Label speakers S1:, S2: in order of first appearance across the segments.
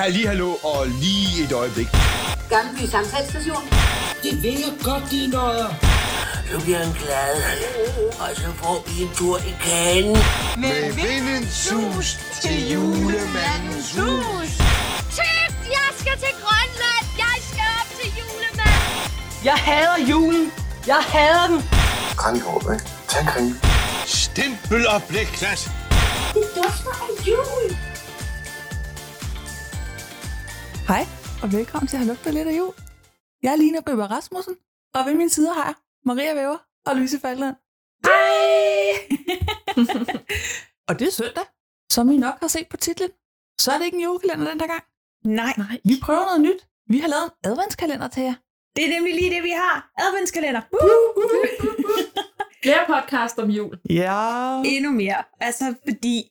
S1: Halli, hallo og lige et øjeblik.
S2: Gammelby Samtalsstation.
S3: Det vil jeg godt, de nøjer.
S4: Så bliver han glad, og så får vi en tur i kagen.
S1: Med vindens sus til julemandens hus.
S5: Tøft, jeg skal til Grønland. Jeg skal op til julemanden.
S6: Jeg hader julen. Jeg hader den.
S7: Kranjehåb, ikke? Tag en
S1: Stempel og blikklat.
S2: Det dufter af jul.
S8: Hej, og velkommen til Har lugtet lidt af jul. Jeg er Lina Bøber Rasmussen, og ved min side har jeg Maria Væver og Louise Falkland. Hej! og det er søndag, som I nok har set på titlen. Så er det ikke en julekalender den der gang.
S9: Nej. Nej.
S8: Vi prøver noget nyt. Vi har lavet en adventskalender til jer.
S9: Det er nemlig lige det, vi har. Adventskalender. Uh!
S10: Flere podcast om jul.
S8: Ja.
S9: Endnu mere. Altså, fordi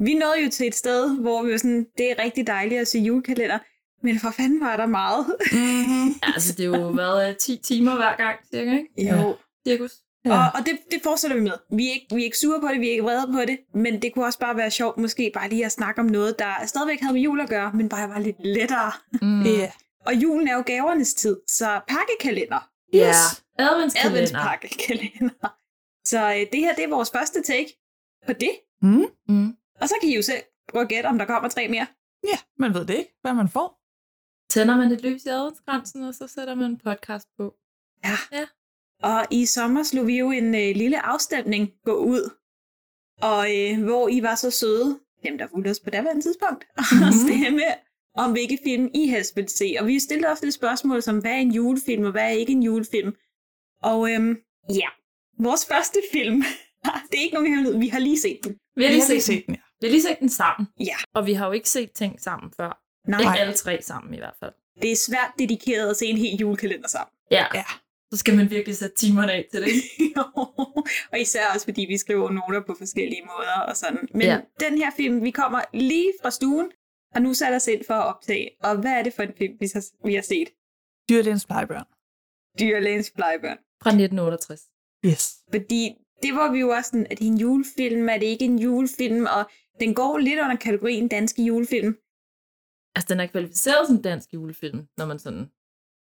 S9: vi nåede jo til et sted, hvor vi var sådan, det er rigtig dejligt at se julekalender. Men for fanden var der meget.
S8: Mm-hmm.
S10: Altså, det har jo været øh, 10 timer hver gang, cirka, ikke?
S9: Jo.
S10: Cirkus.
S8: Ja.
S9: Og, og det, det fortsætter vi med. Vi er, ikke, vi er ikke sure på det, vi er ikke vrede på det, men det kunne også bare være sjovt måske bare lige at snakke om noget, der stadigvæk havde med jul at gøre, men bare var lidt lettere.
S10: Mm.
S8: Yeah.
S9: Og julen er jo gavernes tid, så pakkekalender.
S10: Yes. Adventskalender.
S9: Adventspakkekalender. Så øh, det her, det er vores første take på det.
S8: Mm.
S10: Mm.
S9: Og så kan I jo selv prøve at gætte, om der kommer tre mere.
S8: Ja, man ved det ikke, hvad man får.
S10: Tænder man et lys i adventskransen, og så sætter man en podcast på.
S9: Ja.
S10: Ja.
S9: Og i sommer slog vi jo en øh, lille afstemning gå ud, og øh, hvor I var så søde, dem der fulgte os på daværende tidspunkt, mm-hmm. at stemme om hvilke film I helst ville se. Og vi stillede ofte et spørgsmål som, hvad er en julefilm, og hvad er ikke en julefilm? Og øhm, ja, vores første film, det er ikke nogen hemmelighed, vi har lige set den.
S10: Vi har lige set den.
S8: den, ja.
S10: Vi har lige set den sammen.
S9: Ja.
S10: Og vi har jo ikke set ting sammen før.
S9: Nej,
S10: Ikke alle tre sammen i hvert fald.
S9: det er svært dedikeret at se en hel julekalender sammen.
S10: Ja.
S8: Ja.
S10: Så skal man virkelig sætte timerne af til det.
S9: Jo, og især også fordi vi skriver noter på forskellige måder og sådan. Men
S10: Ja.
S9: ja. den her film, vi kommer lige fra stuen, og nu sat os ind for at optage. Og hvad er det for en film, vi har, vi har set?
S8: Dyrlægens plejebørn.
S9: Dyrlægens plejebørn.
S10: Fra 1968.
S8: Yes.
S9: Fordi det var vi jo også sådan, er det en julefilm, er det ikke en julefilm? Og den går lidt under kategorien danske julefilm.
S10: Altså, den er kvalificeret som dansk julefilm, når man sådan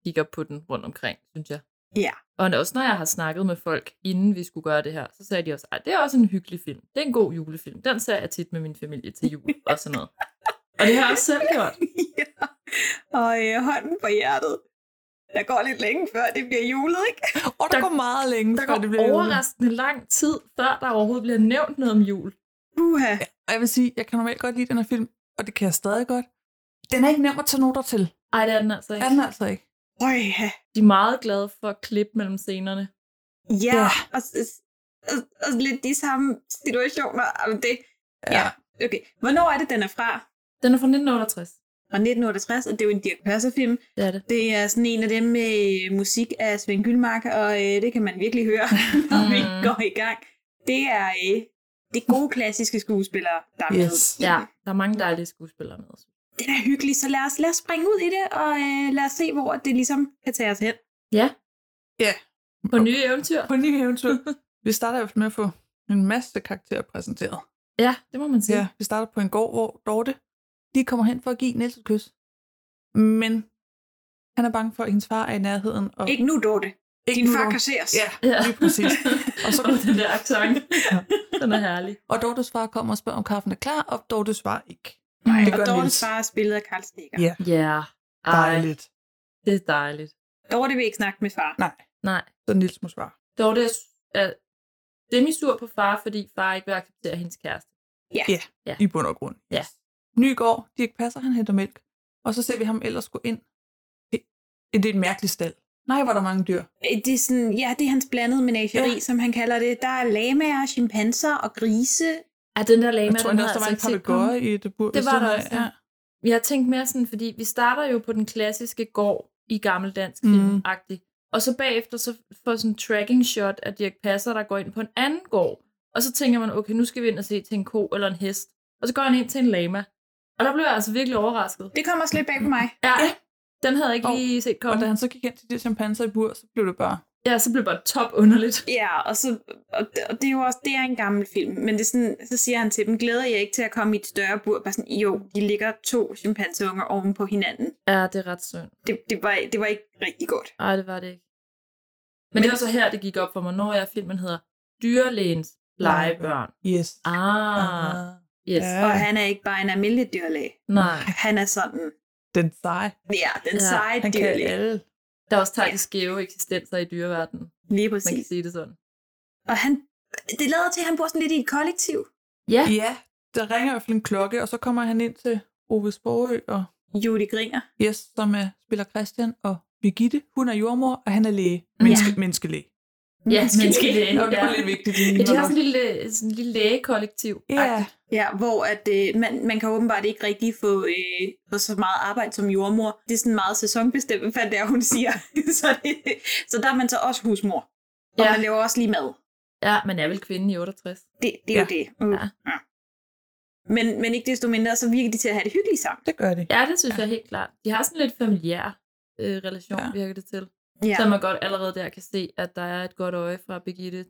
S10: kigger på den rundt omkring, synes jeg.
S9: Ja.
S10: Og også når jeg har snakket med folk, inden vi skulle gøre det her, så sagde de også, at det er også en hyggelig film. Det er en god julefilm. Den ser jeg tit med min familie til jul og sådan noget. Og det har jeg også selv gjort.
S9: ja. Og øh, hånden på hjertet. Der går lidt længe før det bliver julet, ikke?
S8: Og der,
S10: Der-
S8: der går meget længe,
S10: Der
S8: før det
S10: går
S8: bliver jul.
S10: overraskende lang tid, før der overhovedet bliver nævnt noget om jul.
S9: Uha.
S8: Og jeg vil sige, jeg kan normalt godt lide den her film, og det kan jeg stadig godt. Den er ikke nem at tage noter til.
S10: Ej, det er den altså
S8: Er den
S10: ikke.
S8: altså ikke?
S9: Øj, ja.
S10: De er meget glade for at klippe mellem scenerne.
S9: Ja,
S8: Ja.
S9: ja. Og, s- og, og lidt de samme situationer. Jamen, Det, ja. Okay, hvornår er det, den er fra?
S10: Den er fra 1968.
S9: Fra 1968, og det er jo en Dirk Passer-film.
S10: Det er det.
S9: Det er sådan en af dem med øh, musik af Svend Gyldmark, og øh, det kan man virkelig høre, når vi
S10: Mm.
S9: går i gang. Det er øh, det er gode klassiske skuespillere, der er med.
S8: Yes.
S10: Ja, der er mange dejlige skuespillere med.
S9: Den er hyggelig, så lad os, lad os springe ud i det, og øh, lad os se, hvor det ligesom kan tage os hen.
S10: Ja.
S8: Ja.
S10: På nye eventyr.
S8: På nye eventyr. Vi starter i hvert fald med at få en masse karakterer præsenteret.
S10: Ja, det må man sige.
S8: Ja, vi starter på en gård, hvor Dorte lige kommer hen for at give Niels et kys. Men han er bange for, at hendes far er i nærheden. Og
S9: Ikke nu, Dorte.
S8: Ikke
S9: Din
S8: nu,
S9: far
S8: Dorte.
S9: kasseres.
S8: Ja,
S10: Ja.
S8: lige præcis. Og så-
S10: den der accent.
S8: Ja.
S10: Den er herlig.
S8: Og Dortes far kommer og spørger, om kaffen er klar, og Dorte svarer ikke.
S9: Nej,
S8: det
S9: og
S8: gør
S9: Dortes
S8: Niels.
S9: far er spillet af Karl Stikker.
S8: Ja.
S10: Ja. Ej,
S8: Dejligt.
S10: det er dejligt.
S9: Dorte vil ikke snakke med far.
S8: Nej,
S10: Nej.
S8: så Niels må svare.
S10: Dorte er, er demisur på far, fordi far ikke vil acceptere hendes kæreste.
S8: i bund og grund.
S10: Ja.
S8: Nygaard, Dirk Passer, han henter mælk. Og så ser vi ham ellers gå ind. Det, det er et mærkeligt stald. Nej, hvor er der mange dyr.
S9: Øh, Det er sådan, ja, det er hans blandede menageri,
S8: Ja.
S9: ja. som han kalder det. Der er lamaer, chimpanser og grise.
S10: Ja, den der lama,
S8: Jeg tror
S10: den altså
S8: endda, også, der var en papegøje i et bur.
S10: Det var der også,
S8: ja.
S10: ja. Jeg tænkte mere sådan, fordi vi starter jo på den klassiske gård i gammeldansk
S8: Mm.
S10: mm. agtig Og så bagefter så får sådan en tracking shot af Dirk Passer, der går ind på en anden gård. Og så tænker man, okay, nu skal vi ind og se til en ko eller en hest. Og så går han ind til en lama. Og der blev jeg altså virkelig overrasket.
S9: Det kommer også lidt bag på mig.
S10: Ja, den havde jeg ikke
S8: Og-
S10: lige set
S8: Og
S10: komme.
S8: da han så gik ind til de chimpanser i bur, så blev det bare
S10: Ja, så blev det bare top underligt.
S9: Ja, og, så, og, det, og det er jo også, det er en gammel film, men det er sådan, så siger han til dem, glæder jeg ikke til at komme i et større bur? Bare sådan, jo, de ligger to chimpanseunger oven på hinanden.
S10: Ja, det er ret synd.
S9: Det, det, var, det var ikke rigtig godt.
S10: Nej, det var det ikke. Men det var så her, det gik op for mig, når jeg filmen hedder Dyrlægens legebørn.
S8: Yes.
S10: Ah, yes.
S8: Ja.
S9: Og han er ikke bare en almindelig dyrlæge.
S10: Nej.
S9: Han er sådan,
S8: Den seje.
S9: ja, den
S10: Ja,
S9: ja, seje
S8: Han kan
S9: dyrlæge.
S8: alle.
S10: Der er også takket skæve eksistenser i dyreverdenen.
S9: Lige
S10: Man kan
S9: præcis.
S10: sige det sådan.
S9: Og han, det lader til, at han bor sådan lidt i et kollektiv.
S10: Ja,
S8: Ja, der ringer i hvert fald en klokke, og så kommer han ind til Ove Sporø og
S9: Judy griner.
S8: Jes, som er, spiller Christian, og Birgitte, hun er jordmor, og han er læge.
S10: Ja.
S8: Menneske, menneskelæge.
S10: ja menneskelægen.
S8: Nå, det
S10: Ja.
S8: var lidt vigtigt.
S10: Ja, de har sådan en lille, sådan en lille lægekollektiv.
S8: Ja,
S9: Ja, hvor at, øh, man, man kan åbenbart ikke rigtig få, øh, få så meget arbejde som jordmor. Det er sådan meget sæsonbestemt, hvad det er, hun siger. så, det, så der er man så også husmor. Og
S10: Ja.
S9: ja. man laver også lige mad.
S10: Ja, man er vel kvinde i 68.
S9: Det, det er ja. jo det. Mm.
S10: Ja.
S9: Ja. Ja. Men, men ikke desto mindre, så virker de til at have det hyggeligt sammen.
S8: det gør det.
S10: Ja, det synes jeg helt klart. De har sådan lidt familiær øh, relation,
S8: Ja.
S10: ja. virker det til.
S9: Ja.
S10: Ja. Så man godt allerede der kan se, at der er et godt øje fra Birgitte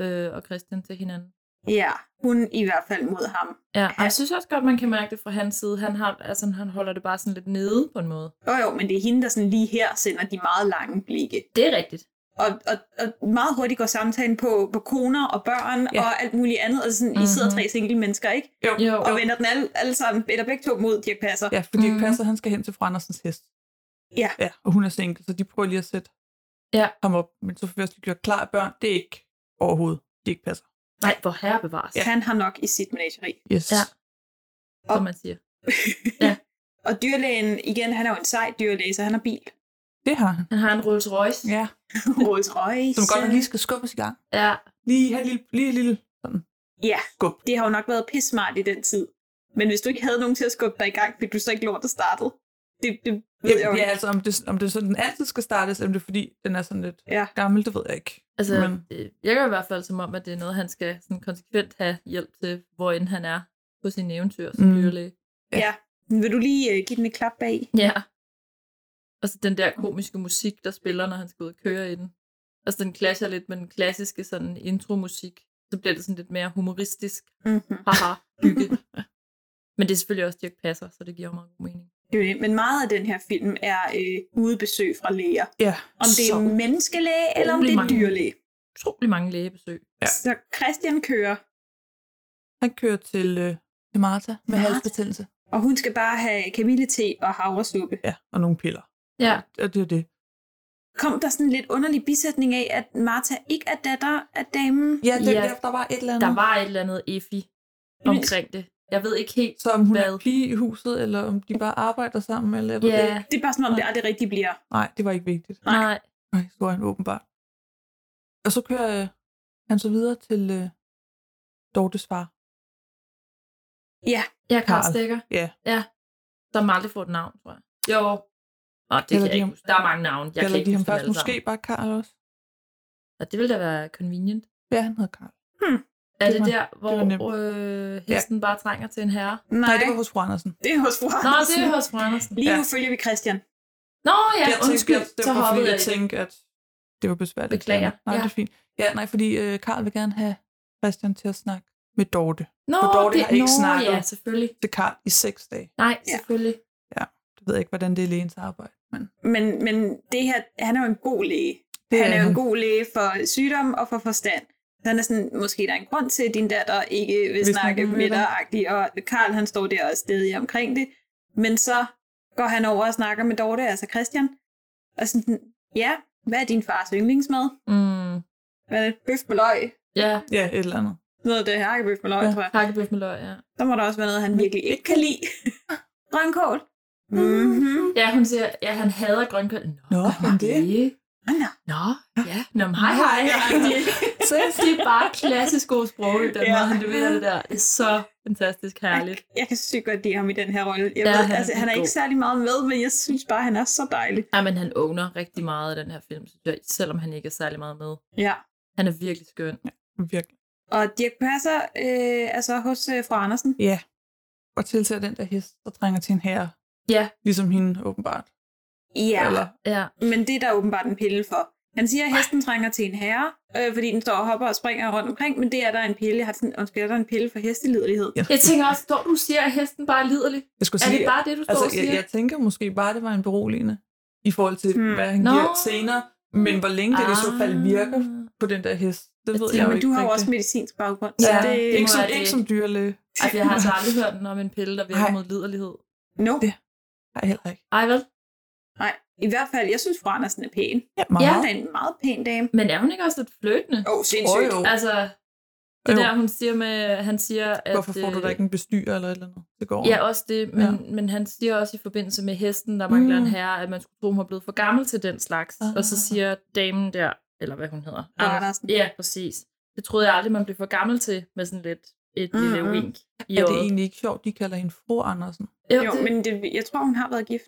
S10: øh, og Christian til hinanden.
S9: ja, hun i hvert fald mod ham.
S10: Ja, og jeg synes også godt, man kan mærke det fra hans side. Han, har, altså, han holder det bare sådan lidt nede på en måde.
S9: Jo jo, men det er hende, der sådan lige her sender de meget lange blikke.
S10: Det er rigtigt.
S9: Og, og, og meget hurtigt går samtalen på, på koner og børn
S8: Ja.
S9: ja. og alt muligt andet. Og sådan, mm-hmm. I sidder tre single mennesker, ikke?
S10: Jo,
S9: Og vender den alle, alle sammen, eller begge to mod Dirk Passer.
S8: Ja, fordi
S10: Mhm.
S8: mm. Passer, han skal hen til fru Andersens hest.
S9: Ja.
S8: ja. Og hun er single, så de prøver lige at sætte
S10: Ja.
S8: ham op. Men så først lige gjort klar af børn, det er ikke overhovedet. Det ikke passer.
S10: nej, hvor herre bevares,
S9: Ja.
S10: ja.
S9: Han har nok i sit menageri.
S8: Yes.
S10: Ja. som
S9: Og-
S10: man siger.
S9: Og dyrlægen, igen, han er jo en sej dyrlæge, så han har bil.
S8: Det har han.
S10: Han har en Rolls Royce.
S8: Ja.
S9: Rolls Royce.
S8: Som godt nok lige skal skubbes i gang.
S10: ja.
S8: Lige have en lille, lige en lille sådan
S9: Ja,
S8: skub.
S9: det har jo nok været pissmart i den tid. Men hvis du ikke havde nogen til at skubbe dig i gang, fik du så ikke lort at starte. Det, det ved jeg jo
S8: Jamen, ja,
S9: ikke.
S8: altså om det, om det er sådan, den altid skal startes, eller om det er fordi, den er sådan lidt
S9: Ja.
S8: gammel, det ved jeg ikke.
S10: Altså,
S8: Men,
S10: øh, jeg gør i hvert fald som om, at det er noget, han skal sådan konsekvent have hjælp til, hvor end han er på sin eventyr som
S8: Mm.
S10: mm. dyrlæge.
S8: ja.
S9: ja. Vil du lige uh, give den et klap bag?
S10: Ja. Og så Altså, den der komiske musik, der spiller, når han skal ud og køre i den. Altså, den clasher lidt med den klassiske sådan intromusik. Så bliver det sådan lidt mere humoristisk.
S9: Mm-hmm.
S10: Haha, hygge. Men det er selvfølgelig også Dirk Passer, så det giver jo meget god mening.
S9: Det er jo det. Men meget af den her film er øh, udebesøg fra læger.
S8: ja.
S9: Om det er
S8: så,
S9: en menneskelæge, eller om det er en
S10: mange.
S9: dyrlæge.
S10: Utrolig mange lægebesøg.
S8: Ja.
S9: Så Christian kører,
S8: Han kører til, øh, til Martha med
S9: Martha?
S8: halsbetændelse.
S9: og hun skal bare have kamillete og havresuppe.
S8: Ja, og nogle piller.
S10: Ja,
S8: Og det er det.
S9: kom der sådan en lidt underlig bisætning af, at Martha ikke er datter af damen.
S8: Ja, det,
S10: Ja.
S8: ja. der var et eller andet.
S10: der var et eller andet effi omkring det. Jeg ved ikke helt,
S8: Så om hun Hvad?
S10: Hvad?
S8: er pige i huset, eller om de bare arbejder sammen, eller jeg ved
S10: Ja.
S8: det ikke.
S9: Det er bare som om, det aldrig rigtig bliver.
S8: Nej, det var ikke vigtigt.
S10: nej,
S8: Nej, så var han åbenbart. Og så kører øh, han så videre til øh, Dortes far.
S9: Ja,
S10: jeg er
S8: Karl.
S10: Karl Stikker.
S8: Ja.
S10: som aldrig får et navn, tror jeg. Jo. Og
S8: Kalder
S10: det kan
S8: de
S10: jeg ikke
S8: ham-
S10: huske. Der er mange navne. Jeg
S8: Jeg
S10: kan
S8: Eller
S10: ikke
S8: de ham
S10: huske dem
S8: først
S10: alle
S8: måske
S10: sammen.
S8: bare Karl også.
S10: Og det ville da være convenient.
S8: Ja, han hedder Karl.
S10: Er
S8: Det
S10: det
S8: var-
S10: der, hvor
S8: var nemt.
S10: øh, hesten bare trænger til en herre?
S9: nej,
S8: Nej, det var hos fru Andersen.
S9: det er hos fru
S10: Nå, det
S9: Andersen.
S10: er hos Brandersen.
S9: Lige nu
S8: Ja.
S9: følger vi Christian.
S10: Nå ja,
S8: jeg tænkte,
S10: undskyld,
S8: at det
S10: så
S8: var fordi,
S10: hoppede jeg
S8: jeg
S10: i det.
S8: tænkte, at det var besværligt.
S10: Beklager.
S8: Nej,
S10: Ja.
S8: det er fint. Ja, nej, fordi øh, Karl vil gerne have Christian til at snakke med Dorte.
S10: Nå,
S8: For Dorte har ikke
S10: nå,
S8: snakket.
S10: ja, selvfølgelig.
S8: Til Karl i seks dage.
S10: Nej,
S9: Ja.
S10: selvfølgelig.
S8: Det ved jeg ikke, hvordan det er lægens arbejde. Men
S9: Men, men det her, han er jo en god læge.
S8: det
S9: han er jo en god læge for sygdom og for forstand. Så Han er sådan, måske der er en grund til, at din datter ikke vil
S8: Vil snakke
S9: snakke
S8: med
S9: med
S8: dig.
S9: dig, agtig, og Karl han står der og stedig omkring det. Men så går han over og snakker med Dorte, altså Christian, og sådan, ja, hvad er din fars yndlingsmad?
S10: Mm,
S9: Hvad er det? Bøf med løg?
S10: ja,
S8: Ja, et eller andet.
S9: Noget af det her, ikke bøf med løg,
S8: Ja.
S9: ja. tror jeg.
S10: hakkebøf med løg, ja.
S9: Der må der også være noget, han virkelig ikke kan lide. Grønkål. Mm-hmm.
S10: Ja, hun siger, ja, han hader grønkål. Nå,
S8: Nå,
S10: gør
S8: men det-
S9: Ah, nå.
S10: Nå, ja. Nå, men hej, hej.
S8: Ses.
S10: Det er bare klassisk god sprog, den
S9: Ja.
S10: måde, han leverer det der. Det er så fantastisk herligt.
S9: Jeg kan sygt godt lide ham i den her rolle. Jeg
S10: Ja,
S9: ved,
S10: han
S9: han,
S10: er
S9: altså, han er
S10: god.
S9: ikke særlig meget med, men jeg synes bare, han er så dejlig.
S10: Ja, men han owner rigtig meget af den her film, synes jeg, selvom han ikke er særlig meget med.
S9: Ja.
S10: Han er virkelig skøn.
S8: Virkelig.
S9: Og Dirk Passer øh, er så hos øh, fru Andersen.
S8: Ja. Og tiltager den der hest, der trænger til en herre.
S10: Ja.
S8: Ligesom hende, åbenbart.
S9: Ja,
S8: Eller,
S10: Ja,
S9: men det er der åbenbart en pille for. Han siger, at hesten trænger til en herre, øh, fordi den står og hopper og springer rundt omkring, men det er der en pille. Jeg har sådan, undskyld, er der en pille for hesteliderlighed?
S10: Jeg tænker også, står du siger, at hesten bare er liderlig?
S11: Jeg skulle
S10: Er
S11: sige,
S10: det bare det, du står
S8: Altså,
S10: og
S8: jeg,
S10: siger?
S8: jeg tænker måske bare, det var en beroligende i forhold til,
S9: Hmm.
S8: hmm. hvad han
S10: Nå.
S8: giver senere. Men hvor længe det, det i så fald virker
S10: Ah.
S8: på den der hest, det ved
S10: tænker,
S8: jeg jo
S9: Men
S8: ikke.
S9: du har jo
S8: rigtig.
S9: også medicinsk baggrund, så
S10: Ja.
S9: det...
S8: ikke,
S10: må
S8: som,
S10: jeg det
S8: ikke som dyrlæge.
S10: Ej, jeg har altså aldrig hørt den om en pille, der virker
S8: Nej.
S10: mod liderlighed.
S9: No.
S8: Det- Nej, heller ikke.
S10: Ej, vel?
S9: Nej, i hvert fald, jeg synes, fru Andersen er pæn.
S8: Ja,
S10: meget.
S9: Hun er en meget pæn dame.
S10: Men er hun ikke også lidt fløtende?
S9: Åh, oh, sindssygt.
S8: jo.
S10: Altså, det
S8: Jo.
S10: der, hun siger med, han siger, at...
S8: Hvorfor får du da
S10: øh,
S8: ikke en bestyrer eller et eller andet? Det går
S10: Ja, også det, men, ja.
S8: Ja.
S10: men han siger også i forbindelse med hesten, der mangler mm. en
S8: Mm.
S10: herre, at man skulle tro, hun var blevet for gammel til den slags. Ah.
S8: Ah.
S10: Og så siger damen der, eller hvad hun hedder.
S9: Fru
S10: Anders.
S9: Andersen.
S10: Ja, præcis. Det troede jeg aldrig, man blev for gammel til, med sådan lidt et mm-hmm. lille
S9: Mhm.
S10: wink. I
S8: Ah. Er det
S10: øjet.
S8: egentlig ikke sjovt, de kalder hende fru Andersen?
S10: Jo,
S9: Jo,
S10: det,
S9: men det, jeg tror, hun har været gift.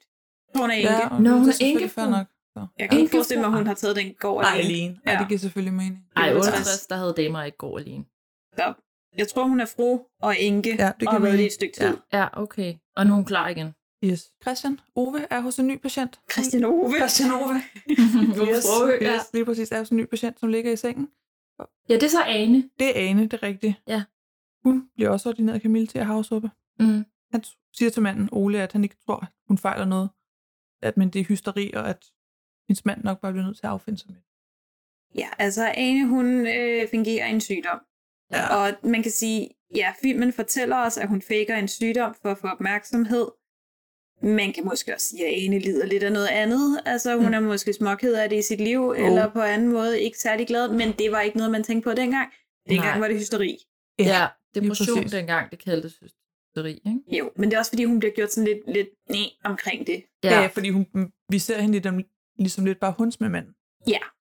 S9: Hun er enke.
S8: Ja, og
S10: Nå,
S8: det
S10: hun
S8: er
S10: er
S8: selvfølgelig
S10: enkefru.
S8: fair nok. Så.
S9: Jeg kan ikke
S10: Enkefru.
S9: forestille mig, hun har taget den gård
S8: Nej, alene. Ja.
S9: Ja.
S8: det giver selvfølgelig mening.
S10: ej,
S9: 68.
S10: 68, der havde damer ikke går alene.
S9: Så Jeg tror, hun er fru og enke,
S8: Ja, det
S9: og
S8: kan
S9: har været
S8: man-
S9: det et stykke tid.
S10: Ja, okay. Og nu er hun klar igen.
S8: Yes. Christian Ove er hos en ny patient.
S9: Christian Ove.
S8: Christian Ove.
S10: Ove Sprogøe, ja.
S8: yes, lige præcis. Er hos en ny patient, som ligger i sengen.
S10: Ja, det er så Ane.
S8: Det er Ane, det er rigtigt.
S10: Ja.
S8: Hun bliver også ordineret Camille til at havsuppe.
S10: Mm.
S8: Han t- siger til manden, Ole, at han ikke tror, at hun fejler noget. At men det er hysteri, og at hendes mand nok bare bliver nødt til at affinde sig med. det.
S9: Ja, altså Ane, hun øh, fungerer en sygdom.
S8: Ja.
S9: Og man kan sige, ja, filmen fortæller os, at hun faker en sygdom for at få opmærksomhed. Man kan måske også sige, at Ane lider lidt af noget andet. Altså hun
S8: Mm.
S9: er måske småked af det i sit liv, oh. eller på anden måde ikke særlig glad, men det var ikke noget, man tænkte på dengang. Dengang
S10: Nej.
S9: var det hysteri.
S10: Ja, ja depression
S8: præcis.
S10: dengang, det kaldtes hysteri, ikke?
S9: Jo, men det er også fordi, hun bliver gjort sådan lidt, lidt næ omkring det.
S8: Ja. ja, fordi hun, vi ser hende lidt, om- ligesom lidt bare hunds med manden,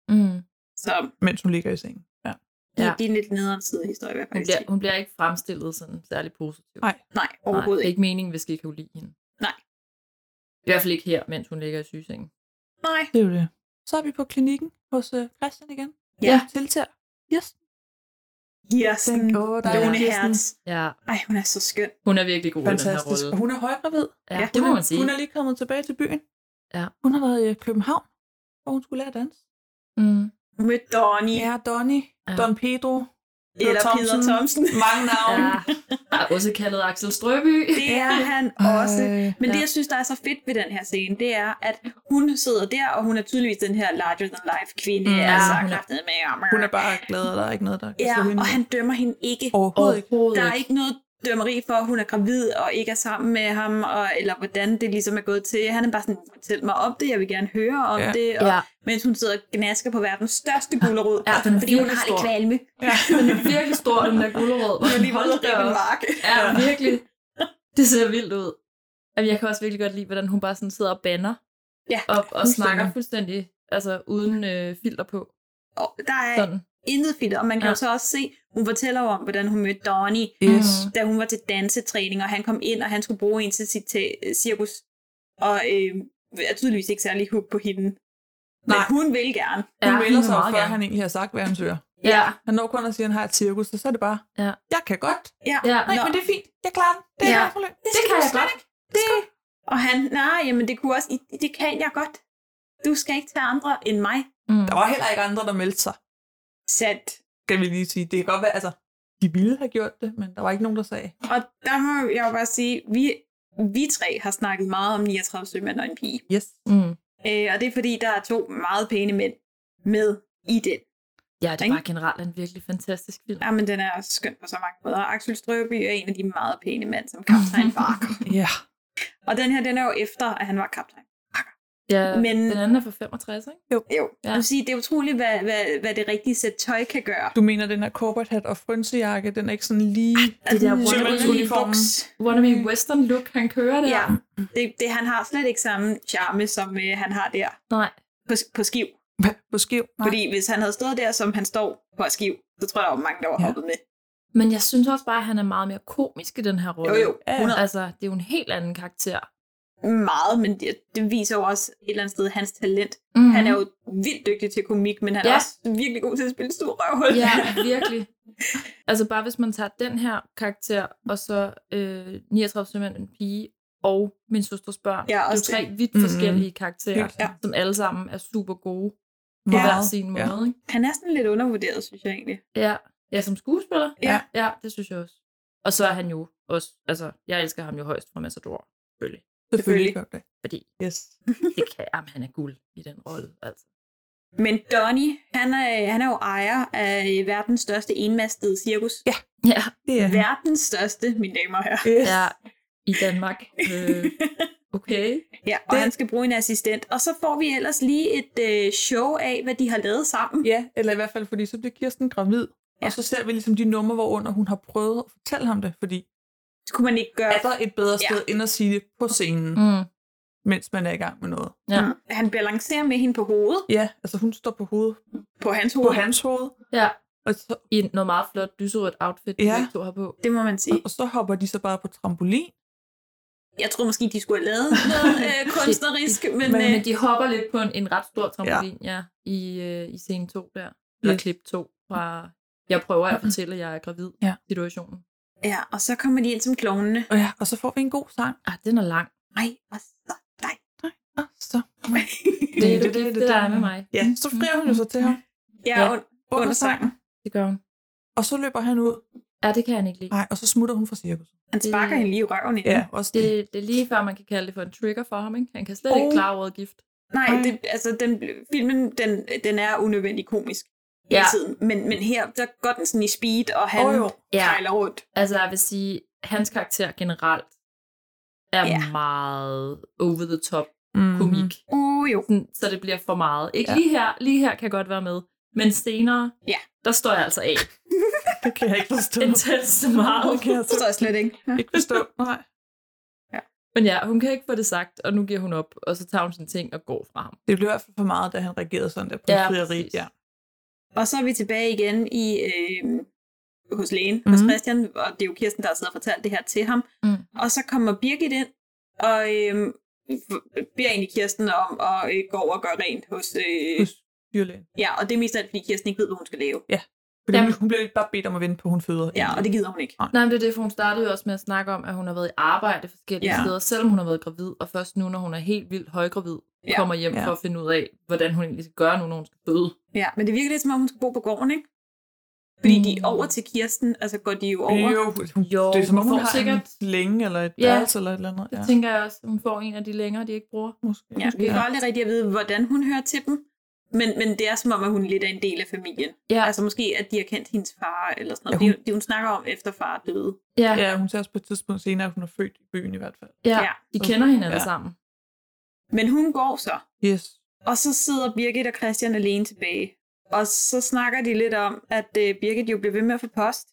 S10: Mm.
S9: Så
S8: mens hun ligger i sengen. Ja.
S9: ja.
S10: Ja.
S9: det er en lidt nederen side af historien, vil jeg
S10: Hun,
S9: faktisk.
S10: bliver,
S9: sige.
S10: hun bliver ikke fremstillet sådan særlig positivt.
S8: Nej,
S9: Nej,
S10: Nej,
S9: overhovedet
S10: det
S9: ikke.
S10: er ikke meningen, hvis vi ikke kan lide hende.
S9: Nej.
S10: I hvert fald ikke her, mens hun ligger i sygesengen.
S9: Nej.
S8: Det er jo det. Så er vi på klinikken hos øh, Christian igen.
S9: Ja.
S8: Tiltager. Yes.
S9: Kirsten.
S8: åh,
S10: der er
S9: Lone
S10: Kirsten.
S9: Hertz.
S10: Ja,
S9: Ej, hun er så skøn.
S10: hun er virkelig god i
S8: Fantastisk.
S10: den her
S8: Og
S10: rolle.
S8: hun er højgravid.
S10: Ja,
S9: Ja,
S10: det må
S8: hun, er-
S10: man sige.
S8: Hun er lige kommet tilbage til byen.
S10: Ja.
S8: Hun har været i København, hvor hun skulle lære at danse.
S10: mm.
S9: Med Donnie.
S8: Ja, Donny,
S10: Ja.
S8: ja. Don Pedro,
S9: Eller Peter Thomsen.
S8: Mange navne.
S10: ja. Der er også kaldet Axel Strøby.
S9: Det er han også. Men det, jeg synes, der er så fedt ved den her scene, det er, at hun sidder der, og hun er tydeligvis den her larger-than-life kvinde.
S10: Mm, ja,
S9: altså,
S10: hun er-
S9: kraftet med.
S8: Hun er bare glad, og der er ikke noget, der kan
S9: Ja,
S8: slå hende.
S9: og han dømmer hende ikke.
S8: Overhovedet ikke.
S9: Der er ikke noget dømmeri for, at hun er gravid og ikke er sammen med ham, og, eller hvordan det ligesom er gået til. Han er bare sådan, fortæl mig om det, jeg vil gerne høre om
S8: Ja.
S9: det. Og
S10: Ja,
S9: mens hun sidder og gnasker på verdens største gulerod,
S10: Ja, den er
S9: fordi hun
S10: virkelig
S9: har lidt
S10: stor.
S9: kvalme.
S8: Ja.
S10: den er virkelig stor, den der gulerod.
S9: Hun har lige været
S10: Hold da op.
S9: en mark.
S10: Ja, virkelig. Det ser vildt ud. Jamen, jeg kan også virkelig godt lide, hvordan hun bare sådan sidder og banner.
S9: Ja,
S10: og, og
S8: fuldstændig.
S10: snakker fuldstændig, altså uden øh, filter på.
S9: Og der er
S10: Sådan.
S9: intet fedt, og man kan
S10: Ja.
S9: ja. jo så også se, hun fortæller jo om, hvordan hun mødte Donnie,
S8: Yes.
S10: Mm.
S9: da hun var til dansetræning, og han kom ind, og han skulle bruge en til sit te- cirkus, og øh, er tydeligvis ikke særlig hooked på hende. Men
S8: Nej.
S9: hun vil gerne.
S8: Hun
S10: hun
S8: melder
S10: vil
S8: sig,
S10: meget
S8: før
S10: gerne.
S8: han egentlig har sagt, hvad han søger.
S10: Ja,
S8: Han når kun at sige, at han har et cirkus, og så er det bare,
S10: Ja.
S8: jeg kan godt.
S9: Ja.
S10: ja.
S8: Nej, men det er fint. Jeg klarer den. Det er
S10: Ja.
S8: ja. problem.
S10: Det, kan jeg godt.
S8: Det
S9: Og han, nej, jamen det kunne også, det kan jeg godt. Du skal ikke tage andre end mig.
S10: Mm.
S8: Der var heller ikke andre, der meldte sig.
S9: Sandt.
S8: Skal vi lige sige. Det kan godt være, altså, de ville have gjort det, men der var ikke nogen, der sagde.
S9: Og der må jeg jo bare sige, vi, vi tre har snakket meget om 39 sømænd og en pige.
S8: Yes.
S10: Mm.
S9: Øh, og det er fordi, der er to meget pæne mænd med i den.
S10: Ja, det er
S9: Ikke?
S10: bare generelt en virkelig fantastisk film.
S9: Jamen, den er skøn på så mange måder. Og Axel Strøby er en af de meget pæne mænd, som kaptajn Barker.
S8: Ja.
S9: og den her, den er jo efter, at han var kaptajn.
S10: Ja, men...
S9: Men-
S10: Den anden er fra 65, ikke?
S9: Jo.
S10: Ja.
S9: Ja. Jeg vil sige, det er utroligt, hvad, hvad, hvad det rigtige sæt tøj kan gøre.
S8: Du mener, den her corporate hat og frynsejakke, den er ikke sådan lige...
S9: Altså,
S10: der
S9: den
S8: røde
S9: buks.
S8: uniform.
S10: One of my western look, han kører der.
S9: Ja, det, det, han har slet ikke samme charme, som øh, han har der
S10: Nej.
S9: på, på skiv.
S8: Hva? På skiv? Nej.
S9: Fordi hvis han havde stået der, som han står på skiv, så tror jeg, der var mange, der var
S8: Ja.
S9: hoppet med.
S10: Men jeg synes også bare, at han er meget mere komisk i den her
S9: Jo,
S10: rolle.
S9: jo.
S8: Ja.
S9: 100.
S10: Altså, det er jo en helt anden karakter.
S9: Meget, men det, det viser jo også et eller andet sted hans talent.
S10: Mm.
S9: Han er jo vildt dygtig til komik, men han ja.
S10: Ja.
S9: er også virkelig god til at spille stor røvhul.
S10: Ja, virkelig. Altså bare hvis man tager den her karakter, og så øh, 39 sømænd, en pige, og min søsters børn.
S9: Ja,
S10: det er jo
S9: også
S10: tre
S9: det.
S10: vidt
S8: Mhm.
S10: forskellige karakterer,
S8: Helt klart.
S10: som alle sammen er super gode. på
S9: Ja.
S10: hver sin måde. Ja. Ikke?
S9: Han er sådan lidt undervurderet, synes jeg egentlig.
S10: Ja. ja, som skuespiller.
S9: Ja.
S10: ja, det synes jeg også. Og så er han jo også, altså, jeg elsker ham jo højst fra Massador, selvfølgelig.
S8: Selvfølgelig gør det.
S10: Fordi
S8: Yes.
S10: det kan, jamen, han er guld i den rolle, altså.
S9: Men Donny, han er, han er jo ejer af verdens største enmastede cirkus. Ja.
S10: Ja,
S8: Det er han.
S9: Verdens største, mine damer og herrer.
S8: Yes.
S10: ja i Danmark. Øh, okay.
S9: Ja, og
S8: Det-
S9: det. han skal bruge en assistent. Og så får vi ellers lige et øh, show af, hvad de har lavet sammen.
S8: Ja, eller i hvert fald, fordi så bliver Kirsten gravid. Ja.
S9: Ja.
S8: Og så ser vi ligesom de numre, hvorunder hun har prøvet at fortælle ham det, fordi
S9: Det kunne man ikke gøre.
S8: er der et bedre sted, ja. end at sige det på scenen, mm.
S10: Mm.
S8: mens man er i gang med noget.
S10: Ja.
S9: Mm. Han balancerer med hende på hovedet.
S8: Ja, altså hun står på hovedet,
S9: På hans
S8: på
S9: hoved.
S8: hans hoved,
S10: ja,
S8: og så,
S10: i noget meget flot lyserødt outfit,
S8: Ja.
S10: ja. de to har på.
S9: Det må man sige.
S8: og så hopper de så bare på trampolin.
S9: Jeg tror måske, de skulle have lavet noget øh, kunstnerisk, men,
S10: Men,
S9: øh,
S10: men de hopper lidt på en, en ret stor trampolin, ja, i, øh, i scene 2 der. Eller
S8: Yes.
S10: klip 2 fra, jeg prøver at fortælle, at jeg er gravid,
S8: Ja.
S10: situationen.
S9: ja, og så kommer de ind som klovnene.
S8: Og, ja, og så får vi en god sang.
S10: Ah, den er lang.
S9: Ej, og så dig.
S8: Og så,
S10: Det er det, det, det, der er med mig.
S8: ja, så frier hun jo så til ham
S9: Ja,
S10: Ja.
S9: ja. Und, under sangen.
S10: Det gør hun.
S8: Og så løber han ud.
S10: Ja, det kan han ikke lide.
S8: Nej, og så smutter hun fra cirkus.
S9: Han sparker
S10: Det-
S9: hende lige i røven ind.
S8: Ja, også det.
S10: Det, det er lige før, man kan kalde det for en trigger for ham. Ikke? Han kan slet oh. ikke
S8: Oh.
S10: klare ordet gift.
S9: Nej,
S8: Ej.
S9: det, altså den, filmen den, den er unødvendig komisk hele
S10: Ja.
S9: tiden. Men, men her, der går den sådan i speed, og han
S8: Åh,
S9: oh,
S8: jo.
S10: Ja.
S9: kejler rundt.
S10: Altså, jeg vil sige, hans karakter generelt er
S9: Ja.
S10: yeah. meget over the top
S8: Mm.
S10: komik.
S9: Oh, jo.
S10: Sådan, så det bliver for meget. Ikke
S8: Ja.
S10: Mhm. ja. lige her, lige her kan jeg godt være med. Men senere,
S9: Ja.
S10: der står jeg altså af.
S8: Det kan jeg ikke forstå.
S10: Intenst meget.
S8: Det kan jeg
S9: Det forstår jeg slet ikke.
S8: ikke forstå. Nej.
S10: Men ja, hun kan ikke få det sagt, og nu giver hun op, og så tager hun sine ting og går fra ham.
S8: Det blev i hvert fald for meget, da han reagerede sådan der på ja,
S10: Ja,
S8: frieri.
S10: præcis.
S8: Ja.
S9: Og så er vi tilbage igen i, øh, hos lægen, mm. hos
S8: Mhm.
S9: Christian, og det er jo Kirsten, der har siddet og fortalt det her til ham.
S10: Mm.
S9: Og så kommer Birgit ind, og øh, beder egentlig Kirsten om at øh, gå over og gøre rent hos... Øh,
S8: Hos dyrlægen.
S9: ja, og det er mest af alt, fordi Kirsten ikke ved, hvad hun skal lave.
S8: Fordi
S10: Jamen.
S8: hun bliver bare bedt om at vente på, at hun føder.
S9: Ja, og det gider hun ikke.
S10: Nej, men det er det, for hun startede jo også med at snakke om, at hun har været i arbejde forskellige
S9: Ja.
S10: ja. steder, selvom hun har været gravid, og først nu, når hun er helt vildt højgravid,
S9: Ja.
S10: ja. kommer hjem
S8: Ja.
S10: ja. for at finde ud af, hvordan hun egentlig skal gøre nu, når hun skal føde.
S9: Ja, men det virker lidt som om, hun skal bo på gården, ikke? Fordi mm. de
S10: Mm.
S9: er over til Kirsten, altså går de jo over.
S8: Jo, hun,
S10: Jo,
S8: det er som om, hun
S10: får
S8: har
S10: sikkert-
S8: en længe eller et
S10: Ja.
S8: værelse eller et eller andet.
S10: Det
S8: Ja,
S10: ja. tænker jeg også, hun får en af de længere, de ikke bruger.
S8: måske.
S9: Ja, vi får aldrig rigtig at vide, hvordan hun hører til dem. Men, men det er som om, at hun lidt er en del af familien.
S10: Ja.
S9: Altså måske, at de har kendt hendes far eller sådan
S8: Ja,
S9: noget.
S8: hun-
S9: Det, er jo- det, hun snakker om, efter far døde.
S10: Ja, ja,
S8: ja, hun ser også på et tidspunkt senere, at hun er født i byen i hvert fald.
S10: ja.
S9: ja.
S10: de kender hinanden
S8: Ja.
S10: ja. sammen.
S9: Men hun går så,
S8: Yes.
S9: og så sidder Birgit og Christian alene tilbage. Og så snakker de lidt om, at øh, Birgit jo bliver ved med at få post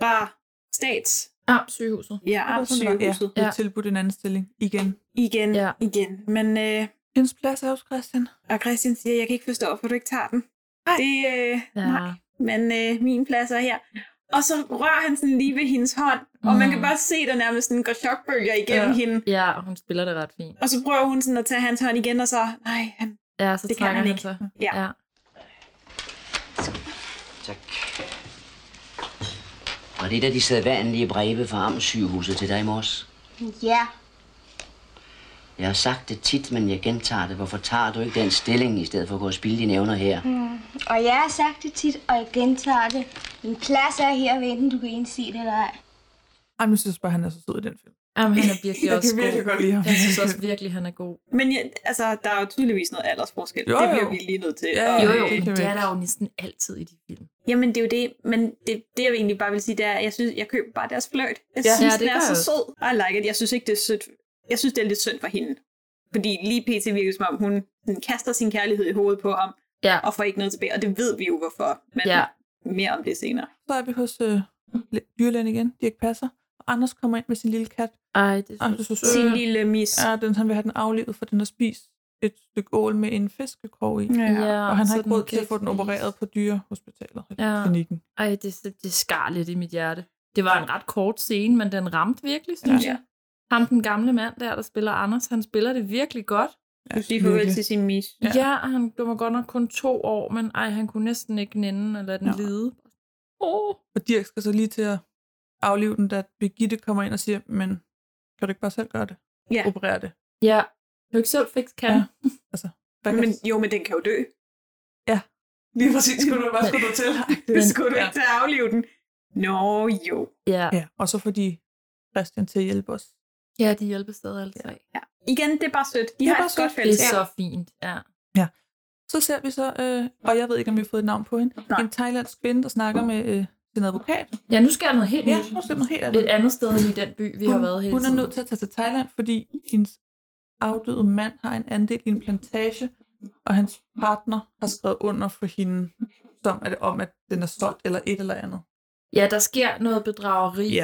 S9: fra stats.
S10: Ja, sygehuset.
S9: Ja,
S8: Det var sådan, det var.
S9: sygehuset.
S8: Ja,
S10: Ja.
S8: ja. tilbudt en anden stilling igen.
S9: Igen,
S10: Ja.
S9: igen. Men øh,
S8: Hendes plads er hos Christian.
S9: Og Christian siger, jeg kan ikke forstå, hvorfor du ikke tager den.
S8: Nej.
S9: Det, øh,
S10: Ja.
S9: nej. Men øh, min plads er her. Og så rører han sådan lige ved hendes hånd, og man
S10: Mm.
S9: kan bare se, der nærmest sådan går chokbølger igennem
S8: Ja.
S9: ja. hende.
S10: Ja, og hun spiller det ret fint.
S9: Og så prøver hun sådan at tage hans hånd igen, og så, nej, han...
S10: Ja, så
S9: Det kan
S10: trækker
S9: han
S10: han
S9: ikke.
S10: så.
S9: Ja.
S10: ja.
S6: Tak. Var det der de sædvanlige breve fra Amtssygehuset til dig i morges?
S5: Ja,
S6: Jeg har sagt det tit, men jeg gentager det. Hvorfor tager du ikke den stilling, i stedet for at gå og spille dine evner her?
S5: og jeg har sagt det tit, og jeg gentager det. Min plads er her, hvad enten du kan indse det eller ej.
S8: Ej, men jeg synes bare, han er så sød i den film.
S10: Jamen, han er virkelig
S8: Jeg
S10: også
S8: kan virkelig
S10: god.
S8: godt lide ham.
S10: Jeg synes også virkelig, han er god.
S9: Men ja, altså, der er jo tydeligvis noget aldersforskel.
S8: Jo,
S9: det bliver
S8: jo.
S9: vi lige nødt til.
S8: Ja,
S9: Og,
S10: Jo, jo,
S8: det
S10: men
S8: kan vi
S10: det er
S8: ikke.
S10: der jo næsten altid i de film.
S9: Jamen, det er jo det. Men det, det, jeg egentlig bare vil sige, det er, at jeg synes, jeg køber bare deres fløjt. Jeg
S8: Ja.
S9: ja, synes,
S10: Ja,
S9: ja,
S10: det
S9: den er
S10: gør
S9: så
S10: jeg også.
S9: sød. I like it. Jeg synes ikke, det er sødt. Jeg synes, det er lidt synd for hende. Fordi lige pt. virker det, som om, hun sådan kaster sin kærlighed i hovedet på ham,
S10: Ja,
S9: og får ikke noget tilbage. Og det ved vi jo, hvorfor. Men
S10: ja.
S9: ja. mere om det senere.
S8: Så er vi hos øh, l- dyrlægen igen. Dirk passer. Og Anders kommer ind med sin lille kat.
S10: Ej, det
S8: Ej,
S10: synes
S8: det er så
S9: Øh. Sin
S8: sødt.
S9: lille mis.
S8: Ja, den, han vil have den aflevet, for den har spist et stykke ål med en fiskekrog i.
S9: Ja.
S10: Ja,
S8: og han har
S10: så
S8: ikke råd til
S10: kan
S8: at få den
S10: ikke
S8: opereret på dyrehospitalet eller
S10: Ja.
S8: klinikken.
S10: spise. Ej, det, det- det skar lidt i mit hjerte. Det var en ret kort scene, men den ramte virkelig, synes
S9: Ja.
S10: jeg. Ham, den gamle mand der, der spiller Anders, han spiller det virkelig godt.
S8: Ja,
S9: Du siger farvel
S8: virkelig.
S9: til sin mis.
S8: Ja.
S10: Ja, ja han det var godt nok kun to år, men ej, han kunne næsten ikke nænde og lade den
S8: Ja.
S10: ja. lide. Oh.
S8: Og Dirk skal så lige til at aflive den, da Birgitte kommer ind og siger, men kan du ikke bare selv gøre det?
S9: Ja.
S8: Operere det?
S10: Ja, du ikke selv fik kan.
S8: Ja.
S10: Ja.
S8: Altså, Hvad
S9: Men, jo, men den kan jo dø.
S8: Ja.
S9: Lige præcis skulle du bare skulle du til. Det
S8: Men-
S9: skulle du ikke til at aflive den. Nå jo.
S10: Ja.
S8: ja. Og så får de Christian til at hjælpe os.
S10: Ja, de hjælper stadig alle tre. Ja.
S9: Igen, det er bare sødt. De
S8: Det er
S9: har
S8: bare
S9: et godt
S8: sødt.
S10: Det
S9: fælles.
S10: er
S9: Ja.
S10: så fint, ja.
S8: Så ser vi så, øh, og jeg ved ikke, om vi har fået et navn på hende,
S9: Nej.
S8: en thailandsk kvinde, der snakker med øh, sin advokat.
S10: Ja, nu sker der noget helt
S8: Ja,
S10: nyt.
S8: hun er noget helt andet.
S10: Et andet sted end i den by, vi har været hele
S8: hun er
S10: tiden.
S8: nødt til at tage til Thailand, fordi hendes afdøde mand har en andel i en plantage, og hans partner har skrevet under for hende, som er det om, at den er solgt eller et eller andet.
S10: Ja, der sker noget bedrageri.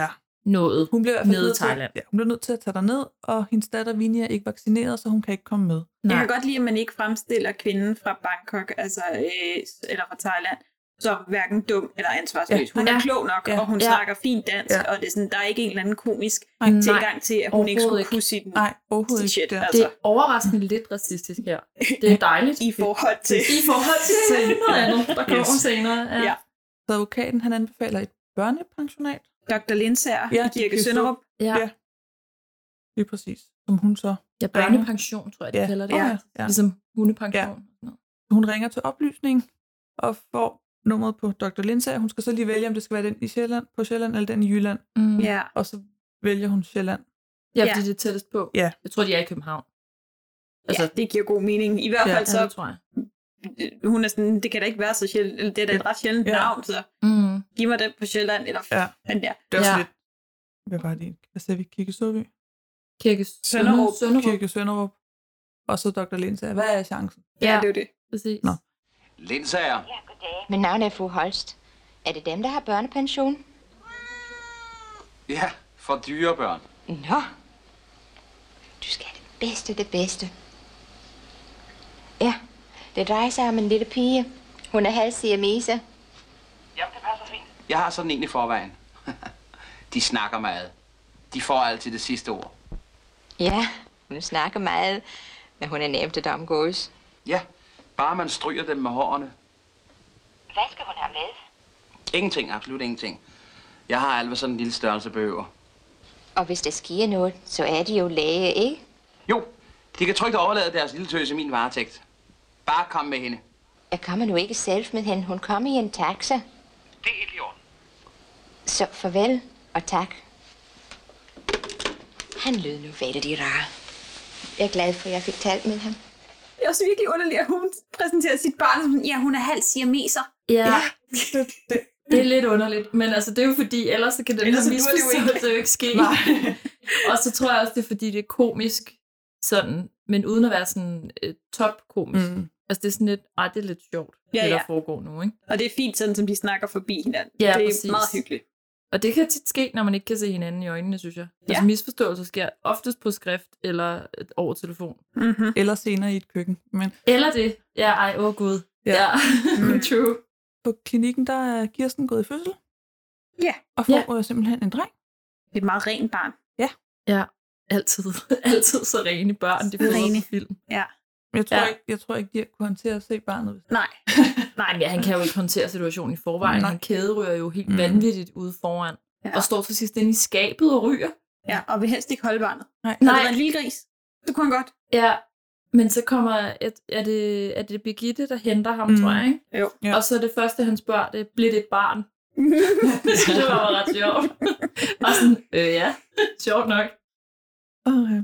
S10: Noget.
S8: Hun bliver i hvert fald
S10: Nede i
S8: nødt til-
S10: Thailand.
S8: Ja, hun bliver nødt til at tage derned, og hendes datter Vinnie er ikke vaccineret, så hun kan ikke komme med.
S9: Jeg
S10: Nej.
S9: kan godt lide, at man ikke fremstiller kvinden fra Bangkok, altså, øh, eller fra Thailand, som hverken dum eller ansvarsløs.
S8: Ja.
S9: Hun er
S10: Ja.
S9: klog nok,
S8: Ja.
S9: og hun
S10: Ja.
S9: snakker fint dansk,
S8: Ja.
S9: og det er sådan, der er ikke en eller anden komisk
S8: Nej,
S9: tilgang til, at hun ikke
S10: overhovedet
S9: skulle
S10: ikke.
S9: kunne sit
S8: Nej, overhovedet
S9: shit.
S8: ikke.
S10: Det
S9: Altså,
S10: er overraskende lidt racistisk her. Det er dejligt.
S9: i forhold til...
S10: I forhold til noget andet, der kommer
S9: Yes.
S10: senere.
S9: Ja.
S8: Så advokaten, han anbefaler et børnepensionat,
S9: Dr. Lindsager
S8: Ja,
S9: ja, i
S8: de
S9: Kirke
S8: kan stå-
S9: Sønderup.
S10: ja.
S8: Ja. lige præcis, som hun så.
S10: Ja, børnepension, tror jeg, de
S8: Ja.
S10: kalder det.
S8: Ja, ja.
S10: Ligesom hundepension. Ja.
S8: Hun ringer til oplysning og får nummeret på Dr. Lindsager. Hun skal så lige vælge, om det skal være den i Sjælland, på Sjælland eller den i Jylland.
S10: Mm. Ja.
S9: Ja.
S8: og så vælger hun Sjælland.
S10: ja,
S9: Ja.
S10: fordi det er tættest på.
S8: Ja.
S10: Jeg tror, de er i København.
S9: Altså,
S10: Altså,
S9: ja, det giver god mening. I hvert
S8: Ja.
S9: fald
S10: ja,
S9: så,
S10: det tror jeg.
S9: øh, hun er sådan, det kan da ikke være så sjældent, eller det er da et ret sjældent
S8: Ja.
S9: ja. navn, så
S10: Mm.
S9: giv mig den på Sjælland, eller
S8: Ja.
S9: ja. den der.
S8: Det er også
S10: Ja.
S8: lidt... Hvad var det? Hvad sagde vi? Kirke Søby?
S10: Kirke
S9: Sønderup.
S10: Sønderup.
S8: Kirke Sønderup. Og så Dr. Lindsag. Hvad er chancen?
S10: Ja,
S9: Ja. Det er jo det.
S10: præcis.
S8: Nå.
S12: Lindsager.
S5: Mit navn er fru Holst. Er det dem, der har børnepension?
S12: Ja, for dyre børn.
S5: Nå. Du skal have det bedste, det bedste. Ja, det drejer sig om en lille pige. Hun er halv siamese.
S1: Jeg har sådan en i forvejen. De snakker meget. De får altid det sidste ord.
S5: Ja, hun snakker meget, men hun er nemt at omgås.
S1: Ja, bare man stryger dem med hårene.
S5: Hvad skal hun have med?
S1: Ingenting, absolut ingenting. Jeg har alt, hvad sådan en lille størrelse behøver.
S5: Og hvis der sker noget, så er de jo læge, ikke?
S1: Jo, de kan trygt overlade deres lille tøs i min varetægt. Bare kom med hende.
S5: Jeg kommer nu ikke selv med hende. Hun kommer i en taxa.
S1: Det er helt i orden.
S5: Så farvel og tak. Han lød nu vældig rar. Jeg er glad for, at jeg fik talt med ham.
S9: Det er også virkelig underligt, at hun præsenterer sit barn som, sådan, ja, hun er halv siameser.
S10: Ja. Det er lidt underligt, men altså det er jo fordi, ellers så kan den
S9: Ellers
S10: her
S9: så dur det jo
S10: misforståelse jo ikke ske. og så tror jeg også, det er fordi, det er komisk, sådan, men uden at være sådan øh, topkomisk. Mm.
S8: Mm.
S10: Altså det er sådan lidt, ej, det er lidt sjovt,
S9: Ja,
S10: det der
S9: ja.
S10: foregår nu, ikke?
S9: Og det er fint, sådan som de snakker forbi hinanden.
S10: Ja,
S9: det er
S10: præcis.
S9: meget hyggeligt.
S10: Og det kan tit ske, når man ikke kan se hinanden i øjnene, synes jeg. Altså
S9: Ja.
S10: misforståelser sker oftest på skrift eller øh, over telefon.
S9: Mm-hmm.
S8: Eller senere i et køkken. Men
S10: Eller det. Ja, ej, åh oh, gud.
S8: Ja.
S10: Ja. ja.
S9: Mm.
S10: True.
S8: på klinikken, der er Kirsten gået i fødsel.
S9: Ja.
S8: Og får ja. simpelthen en dreng.
S9: Det er et meget rent barn.
S10: Altid. Altid så rene børn, de
S9: Rene.
S10: får på film.
S8: Men Jeg tror,
S10: Ja.
S8: ja. ikke, jeg tror ikke, de har kunnet håndtere at se barnet.
S9: Nej. Nej,
S10: Jamen, ja, han kan jo ikke håndtere situationen i forvejen.
S8: Nej.
S10: Han kæderyger jo helt
S8: Mm.
S10: mm. vanvittigt ude foran.
S9: Ja.
S10: Ja. Og står til sidst inde i skabet og ryger.
S9: Ja, og vil helst ikke holde barnet.
S8: Nej.
S9: Nej.
S10: Nej.
S9: Det var en lille gris. Så kunne han godt.
S10: Ja, men så kommer... Et, er, det, er det Birgitte, der henter ham,
S8: Mm.
S10: mm. tror jeg, ikke?
S9: Jo.
S8: Ja.
S10: Ja. Og så er det første, han spørger, det er, bliver det et barn? det synes jeg var ret sjovt. og sådan, øh, ja, sjovt nok.
S8: Okay. øh,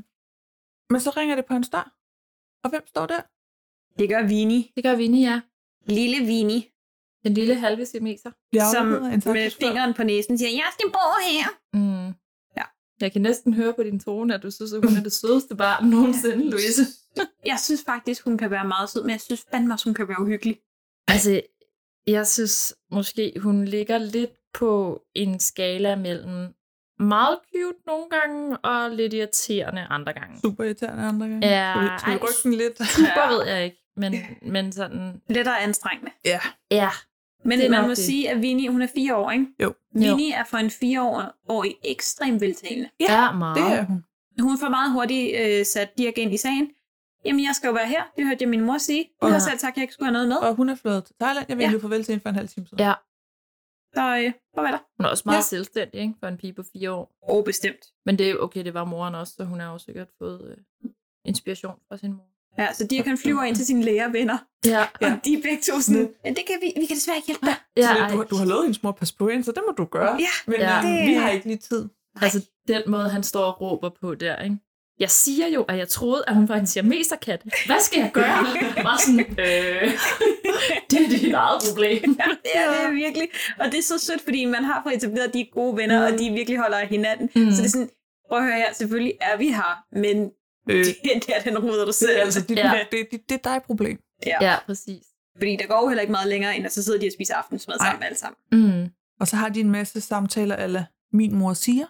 S8: Men så ringer det på en dør. Og hvem står der?
S9: Det gør Vini.
S10: Det gør Vinnie, ja.
S9: Lille Vini,
S10: Den lille halve siameser.
S8: Bliver
S9: som
S8: afleveret af en
S9: med
S8: taxachauffør.
S9: fingeren på næsen siger, jeg skal bo her.
S10: Mm.
S9: Ja.
S10: Jeg kan næsten høre på din tone, at du synes, at hun er det sødeste barn nogensinde, Louise.
S9: Jeg synes faktisk, hun kan være meget sød, men jeg synes fandme også, hun kan være uhyggelig.
S10: Altså, jeg synes måske, hun ligger lidt på en skala mellem meget cute nogle gange og lidt irriterende andre gange.
S8: Super irriterende andre gange.
S10: Ja,
S8: Skal vi- skal vi
S10: ej.
S8: rykke den lidt?
S10: Super ved jeg ikke, men, men sådan,
S9: Lettere anstrengende.
S8: Ja.
S10: ja.
S9: Men
S10: Det er
S9: man
S10: nok
S9: må
S10: det.
S9: sige, at Vinnie, hun er fire år, ikke?
S8: Jo.
S9: Vinnie er for en fireårig ekstremt veltalende.
S10: Ja, er meget.
S8: Det er hun.
S9: Hun får meget hurtigt øh, sat Dirk ind i sagen. Jamen, jeg skal jo være her. Det hørte jeg min mor sige. Hun
S10: Ja.
S9: har selv sagt, at jeg ikke skulle have noget med.
S8: Og hun er fløjet til Thailand. Jeg vil
S9: Ja.
S8: ja. farvel til hende for en halv time siden.
S10: Ja.
S9: Så øh, hvor var der?
S10: Hun er også meget
S8: Ja.
S10: ja. selvstændig ikke? for en pige på fire år.
S9: Og bestemt.
S10: Men det er okay, det var moren også, så hun har jo sikkert fået øh, inspiration fra sin mor.
S9: Ja, så Dirk han flyver ind til sine lægervenner.
S10: Ja.
S9: Og de er begge to sådan, men det kan vi, vi kan desværre ikke hjælpe dig.
S8: Ja, så det, du, du har lovet hendes mor at passe på hende, så det må du gøre.
S9: Ja,
S8: men
S10: ja.
S8: øh, vi har ikke lige tid.
S10: Altså, den måde, han står og råber på der, ikke? Jeg siger jo, at jeg troede, at hun var en siameserkat. Hvad skal jeg gøre? Bare sådan, øh, det er dit eget problem.
S9: Ja, ja, det er virkelig. Og det er så sødt, fordi man har fået etableret, at de er gode venner, mm. og de virkelig holder af hinanden.
S10: Mm.
S9: Så det er sådan, prøv at høre her, selvfølgelig er vi her, men
S8: Øh.
S9: øh. det der, den ruder du
S8: Det
S9: selv.
S8: er altså dit,
S10: Ja.
S8: ja. det, det, det er dig problem.
S9: Ja.
S10: Ja, præcis.
S9: Fordi der går jo heller ikke meget længere, end at så sidder de og spiser aftensmad
S8: Ej.
S9: sammen alle sammen.
S10: Mm.
S8: Og så har de en masse samtaler, eller min mor siger.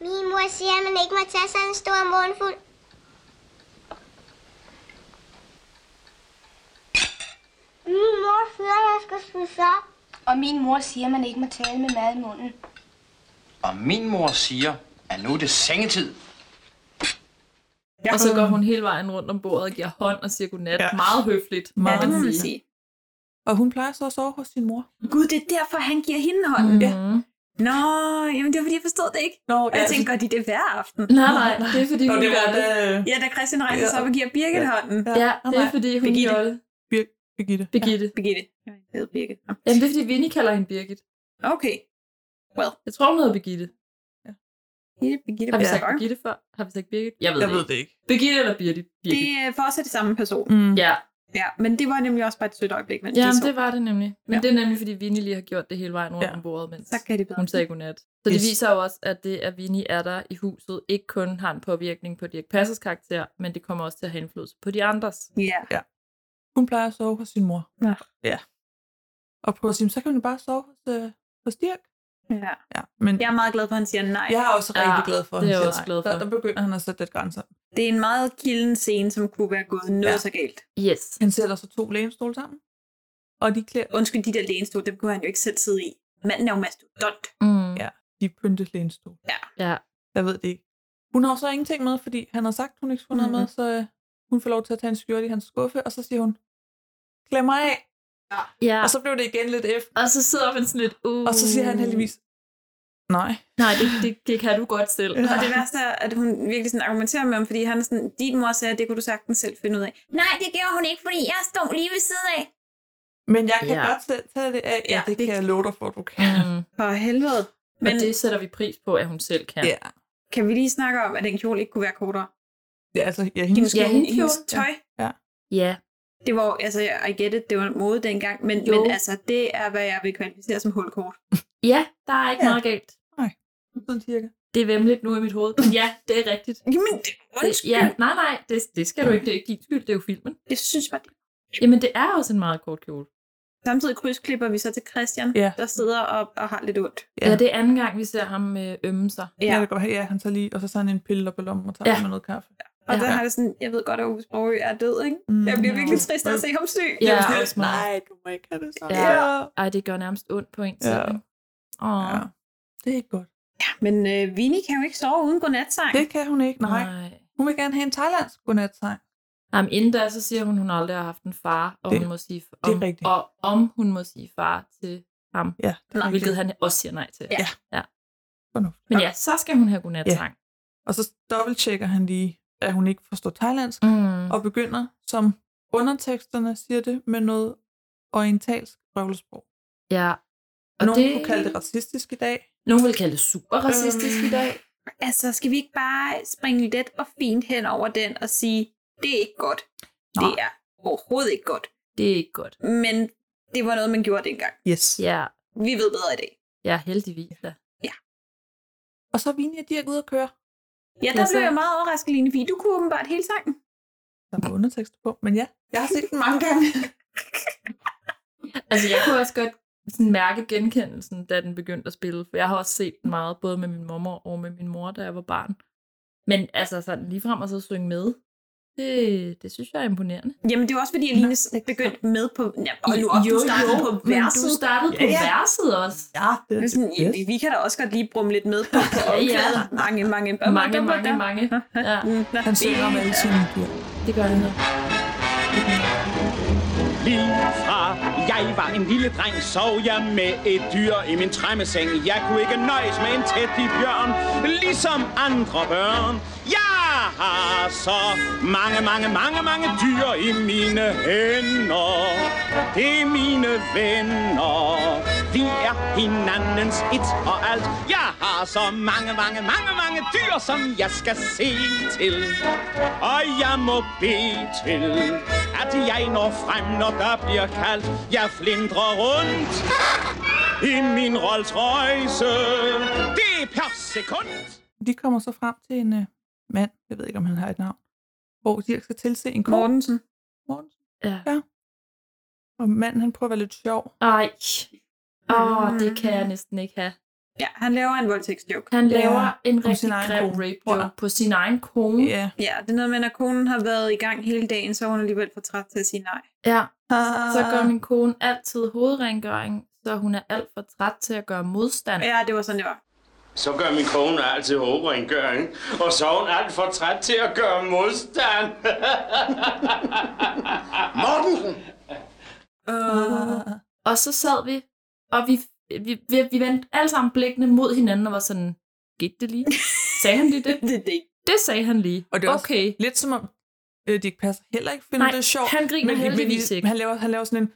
S13: Min mor siger, at man ikke må tage sådan en stor mundfuld.
S5: Min mor siger, at jeg skal spise op. Og min mor siger, at man ikke må tale med mad i munden.
S1: Og min mor siger, at nu er det sengetid.
S10: Og så går hun hele vejen rundt om bordet og giver hånd og siger godnat. Ja. Meget høfligt.
S8: Meget.
S9: det må man sige.
S8: Og hun plejer så at sove hos sin mor.
S9: Gud, det er derfor, han giver hende hånden. Mm. Nå, jamen det var fordi, jeg forstod det ikke.
S8: Nå,
S9: og jeg tænkte, gør de det hver aften?
S10: Nej, nej, det er fordi,
S8: Nå,
S10: hun
S8: det var
S10: gør det.
S8: da-
S9: Ja, da Christian rejser sig op og giver Birgit
S8: Ja.
S9: hånden.
S10: Ja, det er fordi, hun
S9: Birgitte.
S10: gør det.
S8: Bir- Birgitte.
S10: Birgitte.
S9: Birgitte. Ja, jeg hedder Birgit. Nå.
S10: Jamen, det er fordi, Vinnie kalder hende Birgit.
S9: Okay. Well.
S10: Jeg tror, hun hedder Birgitte.
S9: Birgitte, Birgitte,
S10: Har vi
S9: Birgitte.
S10: sagt Birgitte før? Har vi sagt Birgit? Jeg ved,
S8: Jeg
S10: det,
S8: ved
S10: ikke. Birgitte eller Birgit?
S9: Det
S10: Birgit.
S9: er for os er det samme person.
S8: Mm.
S10: Ja,
S9: Ja, men det var nemlig også bare et sødt øjeblik, mens
S10: Jamen,
S9: de så.
S10: det var det nemlig. Men ja.
S9: Ja.
S10: det er nemlig, fordi Vinnie lige har gjort det hele vejen rundt ja.
S8: Ja.
S10: om bordet, mens
S9: Så kan det bedre.
S10: hun sagde godnat. Så det
S8: Yes.
S10: viser jo også, at det, at Vinnie er der i huset, ikke kun har en påvirkning på Dirk Passers karakter, men det kommer også til at have indflydelse på de andres.
S9: Ja.
S8: Hun plejer at sove hos sin mor.
S9: Ja.
S8: ja. Og prøver at sige, så kan hun jo bare sove hos, øh, hos Dirk.
S9: ja.
S8: Ja, men
S9: Jeg er meget glad for, at han siger nej.
S8: jeg er også
S10: Ja,
S8: rigtig glad for, at
S10: det
S8: han
S10: er jeg
S8: siger
S10: også
S8: nej.
S10: glad for.
S8: Der, der begynder han at sætte lidt grænser.
S9: Det er en meget kilden scene, som kunne være gået noget
S8: Ja.
S9: så galt.
S10: Yes.
S8: Han sætter så to lænestole sammen, og de klæder
S9: Undskyld, de der lænestol, dem kunne han jo ikke selv sidde i. Manden er jo mastodont.
S10: Mm.
S8: Ja. de pyntet lænestole.
S10: ja.
S8: Jeg ved det ikke. Hun har så ingenting med, fordi han har sagt, hun ikke skulle have noget med, så øh, hun får lov til at tage en skjorte i hans skuffe, og så siger hun, klem mig af.
S10: ja.
S8: Og så blev det igen lidt efter.
S10: og så sidder man sådan lidt, uh.
S8: Og så siger han heldigvis, nej.
S10: Nej, det, det, det kan du godt selv.
S9: Og det værste er, at hun virkelig sådan argumenterer med ham, fordi han er sådan, din mor sagde, at det kunne du sagtens selv finde ud af. Nej, det gjorde hun ikke, fordi jeg stod lige ved siden af.
S8: Men jeg kan
S10: Ja.
S8: godt selv tage det af. Ja,
S9: Ja,
S8: det,
S9: det-
S8: kan jeg love dig for, du kan.
S10: Mm.
S9: For helvede.
S10: Men
S9: Men
S10: og det sætter vi pris på, at hun selv kan.
S8: Ja.
S9: kan vi lige snakke om, at den kjole ikke kunne være kortere?
S8: ja, altså, ja, hendes
S10: Mm, Ja, hendes
S9: hendes
S10: kjole.
S9: tøj.
S10: ja.
S9: Det var, jo- altså, I get it, det var mode dengang, men,
S10: Jo.
S9: men altså, det er, hvad jeg vil kvalificere som hulkort.
S10: Ja, der er ikke
S8: Ja.
S10: meget galt.
S8: sådan cirka.
S10: Det er vemmeligt nu i mit hoved, men ja, det er rigtigt.
S9: Jamen, det,
S10: Det,
S9: undskyld.
S10: ja, nej, nej, det, det skal du ikke. Det er ikke din skyld, det er jo filmen.
S9: Jeg synes bare, det.
S10: Jamen, det er også en meget kort kjole.
S9: Samtidig krydsklipper vi så til Christian,
S8: Ja.
S9: der sidder og, og har lidt ondt.
S8: Ja.
S10: Ja. ja, det er anden gang, vi ser ham øh, ømme sig.
S8: Ja. ja, det går ja, han tager lige, og så tager han en pille op i lommen og tager
S10: Ja.
S8: ja. med noget kaffe.
S9: Og
S10: Ja.
S9: der har det sådan, jeg ved godt, at Ove Sprogø er død, ikke?
S8: Mm.
S9: Jeg bliver virkelig trist af at se ham syg.
S10: Ja,
S8: Det er
S10: også
S8: sådan,
S10: meget.
S8: Nej, du må ikke have det sådan.
S10: Ja.
S8: Ja.
S10: Ej, det gør nærmest ondt på en
S8: Ja.
S10: selv. ikke? Åh,
S8: ja. Det er ikke godt.
S9: Men øh, Vinnie kan jo ikke sove uden godnatsang.
S8: Det kan hun ikke, nej.
S10: nej.
S8: Hun vil gerne have en thailandsk godnatsang.
S10: Jamen, inden da, så siger hun, hun aldrig har haft en far, og,
S8: Det-
S10: hun må sige,
S8: det er
S10: om,
S8: rigtigt.
S10: og om hun må sige far til ham,
S8: Ja, det er
S10: hvilket
S8: rigtigt.
S10: han også siger nej til.
S9: Ja.
S10: ja.
S8: Fornuftigt.
S10: Men ja, så skal hun have godnatsang.
S8: Og så dobbelttjekker han lige, at hun ikke forstår thailandsk,
S10: Mm.
S8: og begynder, som underteksterne siger det, med noget orientalsk røvlesprog.
S10: ja.
S8: Og Nogen det... kunne kalde det racistisk i dag.
S10: Nogen vil kalde det super racistisk
S8: Øhm.
S10: i dag.
S9: Altså, skal vi ikke bare springe let og fint hen over den og sige, det er ikke godt. Det er overhovedet ikke godt.
S10: Det er ikke godt.
S9: Men det var noget, man gjorde dengang.
S8: Yes.
S10: Ja,
S9: Vi ved bedre i dag.
S10: ja heldigvis da.
S8: Og så er Vinnie og Dirk ude at køre.
S9: Ja, der
S10: Ja, så-
S9: blev jeg meget overrasket, Line, fordi du kunne åbenbart hele sangen.
S8: Der var undertekster på, men ja, jeg har set den mange gange.
S10: Altså, jeg kunne også godt sådan mærke genkendelsen, da den begyndte at spille, for jeg har også set den meget, både med min mormor og med min mor, da jeg var barn. Men altså, sådan ligefrem at så synge med, det, det synes jeg er imponerende.
S9: Jamen, det var også fordi, at Line begyndte med på... Ja, og nu op, du startede på
S10: men
S9: verset.
S10: du startede på
S8: Ja, ja.
S10: verset også.
S8: Ja, det
S9: Men sådan, ja, vi- vi kan da også godt lige brumme lidt med på, på
S10: Ja, ja.
S9: omkvædet. Mange, mange,
S10: Mange, mange, mange. Ja,
S8: Han synger om alle sine dyr.
S10: det gør han.
S1: Lige fra jeg var en lille dreng, sov jeg med et dyr i min træmmeseng. Jeg kunne ikke nøjes med en tæt bjørn, ligesom andre børn. Jeg
S14: Jeg har så mange, mange, mange, mange dyr i mine hænder. Det er mine venner. Vi er hinandens et og alt. Jeg har så mange, mange, mange, mange dyr, som jeg skal se til. Og jeg må bede til, at jeg når frem, når der bliver kaldt. Jeg flindrer rundt i min Rolls Royce. Det er per sekund.
S8: De kommer så frem til en øh, mand, jeg ved ikke, om han har et navn, hvor de skal tilse en ko.
S9: Mortensen.
S8: Mortensen.
S10: Ja.
S8: ja. Og manden, han prøver at være lidt sjov.
S10: Ej. Åh, oh, det kan jeg næsten ikke have.
S9: Ja, han laver en voldtægtsjoke.
S10: Han laver
S9: Ja,
S10: en
S9: om
S10: rigtig
S9: sin egen
S10: grim
S9: kone,
S10: rape
S9: tror jeg.
S10: joke på sin egen kone.
S8: Ja.
S9: Ja, det er noget med, når konen har været i gang hele dagen, så er hun alligevel for træt til at sige nej.
S10: ja. Så gør min kone altid hovedrengøring, så hun er alt for træt til at gøre modstand.
S9: Ja, det var sådan, det var.
S14: Så gør min kone altid hovedrengøring, og så er hun alt for træt til at gøre modstand. Mortensen!
S9: Øh,
S10: Uh. Og så sad vi, og vi, vi, vi, vi vendte alle sammen blikkene mod hinanden og var sådan, gik det lige? Sagde han lige det?
S9: det, det.
S10: det sagde han lige.
S8: Og det er også
S10: okay.
S8: lidt som om, øh, de ikke passer heller ikke finder
S10: Nej,
S8: det sjovt.
S10: han griner
S8: men, de-
S10: heldigvis
S8: men, de-
S10: ikke.
S8: Han laver, han laver sådan en,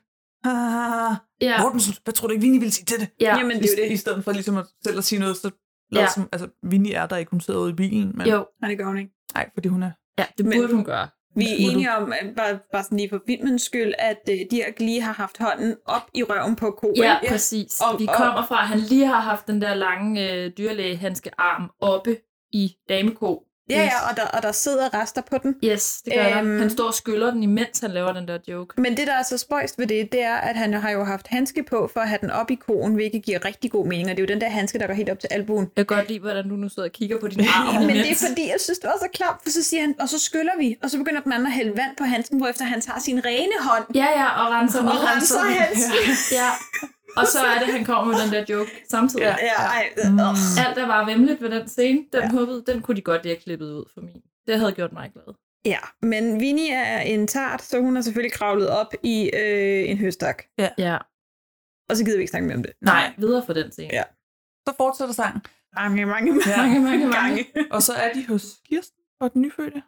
S8: ah,
S10: Ja.
S8: ja. Mortensen, hvad tror du ikke, Vinnie ville sige til det?
S10: Ja. Jamen, det er jo
S8: I, I stedet for ligesom at selv at sige noget, så lader
S10: Ja.
S8: som, altså Vinnie er der ikke, hun sidder ude i bilen. Men,
S10: Jo.
S9: Nej, det gør hun ikke.
S8: Nej, fordi hun er...
S10: Ja, det
S9: burde
S10: hun gøre.
S9: Vi er enige om, at bare, bare sådan lige for filmens skyld, at øh, Dirk lige har haft hånden op i røven på koen.
S10: Ja, præcis.
S9: Og-
S10: vi
S9: og-
S10: kommer fra, at han lige har haft den der lange øh, dyrlægehandske arm oppe i dameko.
S9: Ja, ja, og der, og der sidder rester på den.
S10: Yes, det gør
S9: Øhm.
S10: øhm... Han står og skyller den, imens han laver den der joke.
S9: Men det, der er så spøjst ved det, det er, at han har jo haft handske på for at have den op i koen, hvilket giver rigtig god mening, og det er jo den der handske, der går helt op til albuen.
S10: Jeg kan godt lide, hvordan du nu sidder og kigger på din arm.
S9: Men det
S10: imens.
S9: er fordi, jeg synes, det var så klamt, for så siger han, og så skyller vi, og så begynder den anden at hælde vand på handsken, hvorefter han tager sin rene hånd.
S10: Ja, ja, og renser
S9: og
S10: ud.
S9: renser handsken.
S10: Ja. Og så er det, han kommer med den der joke samtidig.
S9: Ja, ja, ej,
S10: Mm.
S9: øh, øh.
S10: Alt, der var vemmeligt ved den scene, den ja. håbede, den kunne de godt lige have klippet ud for min. Det havde gjort mig glad.
S9: Ja, men Vinnie er en tart, så hun har selvfølgelig kravlet op i øh, en høstak.
S8: Ja.
S10: ja.
S9: Og så gider vi ikke snakke mere om det.
S10: Nej, videre for den scene.
S9: Ja.
S8: Så fortsætter sangen.
S9: Mange, mange, mange,
S10: mange, mange, mange.
S8: Og så er de hos Kirsten og den nyfødte.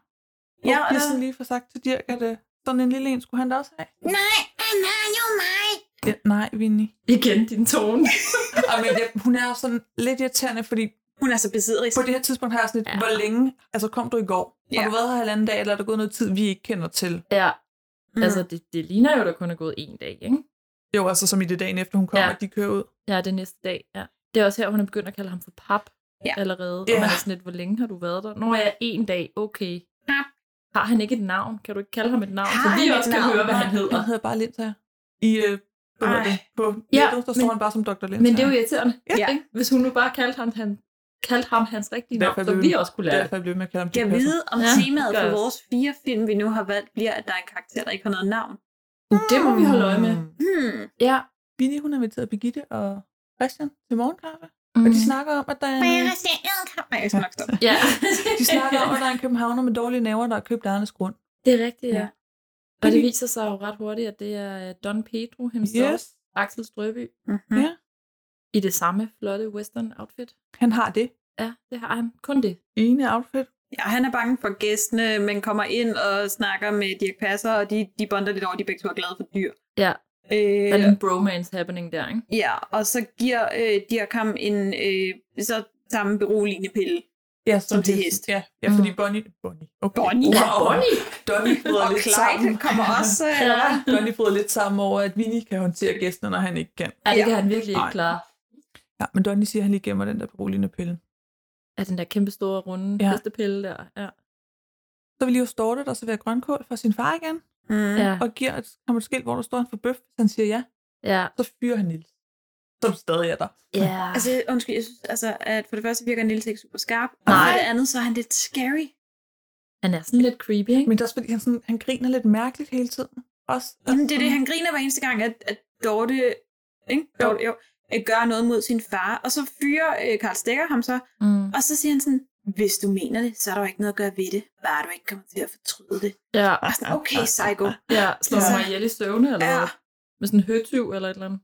S9: Ja,
S8: og
S9: og
S8: Kirsten
S9: der-
S8: lige får sagt til Dirk, at øh, sådan en lille en skulle han da også have.
S13: Nej, han har jo mig.
S8: Ja, nej, Vinnie.
S10: Igen din tone.
S8: og men jeg, hun er også sådan lidt irriterende, fordi...
S9: Hun er så besidderisk.
S8: På det her tidspunkt har jeg sådan lidt, ja. hvor længe... Altså, kom du i går? Ja.
S10: Ja.
S8: Har du været her halvanden dag, eller er der gået noget tid, vi ikke kender til?
S10: Ja. Mm. Altså, det, det ligner jo, der kun er gået én dag, ikke?
S8: Jo, altså som i det dagen efter, hun kommer, ja. og de kører ud.
S10: Ja, det er næste dag, ja. Det er også her, hun er begyndt at kalde ham for pap
S9: ja.
S10: allerede.
S8: Ja.
S10: Og man er sådan lidt, hvor længe har du været der? Nå, jeg er en dag, okay.
S9: Pap.
S10: Har han ikke et navn? Kan du ikke kalde ham et navn?
S8: Har
S10: så vi
S8: han
S10: også
S8: et
S10: kan
S8: navn?
S10: høre, hvad han
S8: Nej,
S10: hedder.
S8: han hedder bare Linsager. I, øh, på,
S10: Ej.
S8: på
S10: Ja,
S8: nettet, der står
S10: men-
S8: han bare som Dr. Linsager.
S10: Men det er jo irriterende,
S8: Ja.
S10: ja. ikke? Hvis hun nu bare kaldte ham, han, kaldte ham hans rigtige navn, så
S8: blev-
S10: vi også kunne lære
S8: Derfor
S10: det.
S8: jeg blev med at kalde ham
S9: Jeg
S8: Dirk
S9: ved, om ja,
S10: Ja,
S9: temaet
S10: det gør
S9: for
S10: jeg
S9: vores fire film, vi nu har valgt, bliver, at der er en karakter, der ikke har noget navn.
S10: Det må vi holde øje med.
S9: Hmm.
S10: Ja.
S8: Bini, hun har inviteret Birgitte og Christian til morgenkaffe. Mm. Og de snakker om, at der er en... øh,
S9: Nej, jeg skal nok stoppe.
S10: Ja.
S8: de snakker om, at der er en københavner med dårlige næver, der har købt Arnes grund.
S10: Det er rigtigt, ja.
S8: Ja.
S10: ja. Og det viser sig jo ret hurtigt, at det er øh, Don Pedro himself,
S8: Yes.
S10: yes. Axel Strøby,
S9: Mm-hmm.
S8: Ja.
S10: i det samme flotte western outfit.
S8: Han har det.
S10: Ja, det har han. Kun det.
S8: Ene outfit.
S9: Ja, han er bange for gæstene, men kommer ind og snakker med Dirk Passer, og de, de bonder lidt over, at de begge to er glade for dyr.
S10: Ja.
S9: Øh,
S10: Der er en bromance happening der, ikke?
S9: Ja, og så giver øh, Dirk ham en øh, så samme beroligende pille.
S8: Ja,
S9: som til hest.
S8: Ja, ja fordi
S10: Mm.
S8: Bonnie... Bonnie. Okay.
S9: Bonnie.
S8: Wow.
S9: Bonnie.
S8: Donnie bryder
S9: Og
S8: lidt
S9: Clyde
S8: sammen.
S9: kommer også, øh,
S8: ja.
S9: eller
S8: Donnie bryder lidt sammen over, at Vinnie kan håndtere gæsten, når han ikke kan.
S10: Ja, det kan han virkelig ikke
S8: Nej.
S10: klare.
S8: Ja, men Donnie siger, at han lige gemmer den der beroligende pille.
S10: Af den der kæmpe store runde
S8: Ja.
S10: ja. hestepille der. Ja.
S8: Så vil lige jo Storte, der serverer grønkål for sin far igen,
S9: Mm.
S10: Ja.
S8: og giver et, ham et skilt, hvor der står, han for bøf. Hvis han siger ja,
S10: Ja.
S8: så fyrer han Nils, som stadig er der.
S10: Ja.
S9: Altså, undskyld, jeg synes, altså, at for det første virker Nils ikke super skarp, og
S10: Nej.
S9: for det andet, så er han lidt scary.
S10: Han er sådan lidt creepy, ikke?
S8: Men det er også fordi, han, sådan, han griner lidt mærkeligt hele tiden. Også,
S9: Jamen, det er det, han griner hver eneste gang, at, at Dorte, ikke? Dorte jo, øh, gør noget mod sin far, og så fyrer øh, Karl Stikker ham så,
S10: Mm.
S9: og så siger han sådan, hvis du mener det, så er der jo ikke noget at gøre ved det, bare du ikke kommer til at fortryde det.
S10: Ja.
S9: Og sådan, okay, psycho.
S10: Ja, slår
S9: Altså-
S10: mig ihjel i søvne, eller
S9: Ja.
S10: ja. med sådan en høtyv eller et eller andet.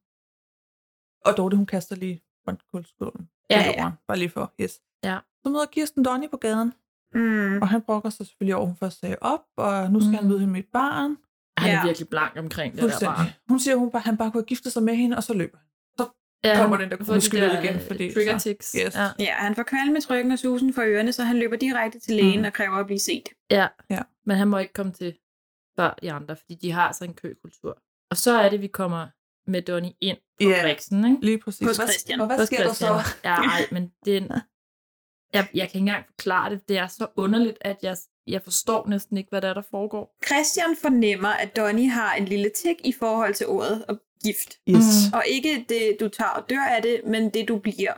S8: Og Dorte, hun kaster lige grønkålskålen
S10: Ja,
S8: på
S10: ja.
S8: jorden, bare lige for, yes.
S10: Ja.
S8: Så møder Kirsten Donnie på gaden.
S9: Mm.
S8: Og han brokker sig selvfølgelig over, at hun først sagde op, og nu skal mm. han møde hende med et barn.
S10: Han er virkelig blank omkring det der
S8: Fuldstændig.
S10: barn.
S8: Hun siger, at hun bare, han bare kunne have giftet sig med hende, og så løber han. Så
S10: Ja,
S8: ja, kommer
S10: han
S8: den der
S10: får de
S8: kroneskyld
S10: der,
S8: ud igen.
S10: øh,
S8: Fordi,
S10: trigger
S8: så,
S10: tics.
S8: Yes.
S10: Ja.
S9: Ja, han får kvalme med trykken og susen for ørerne, så han løber direkte til lægen
S10: Mm.
S9: mm. og kræver at blive set.
S10: Ja.
S8: ja,
S10: men han må ikke komme til før de andre, fordi de har altså en køkultur. Og så er det, vi kommer med Donny ind på
S8: Ja,
S10: yeah. Brixen, ikke?
S8: lige præcis. Hos Hvad- Christian. og hvad
S10: Hos
S8: sker der så?
S10: Christian. Ja, ej, men det er en, jeg, jeg kan ikke engang forklare det. Det er så underligt, at jeg, jeg forstår næsten ikke, hvad der er, der foregår.
S9: Christian fornemmer, at Donny har en lille tik i forhold til ordet og gift.
S8: Yes.
S9: Og ikke det, du tager og dør af det, men det, du bliver.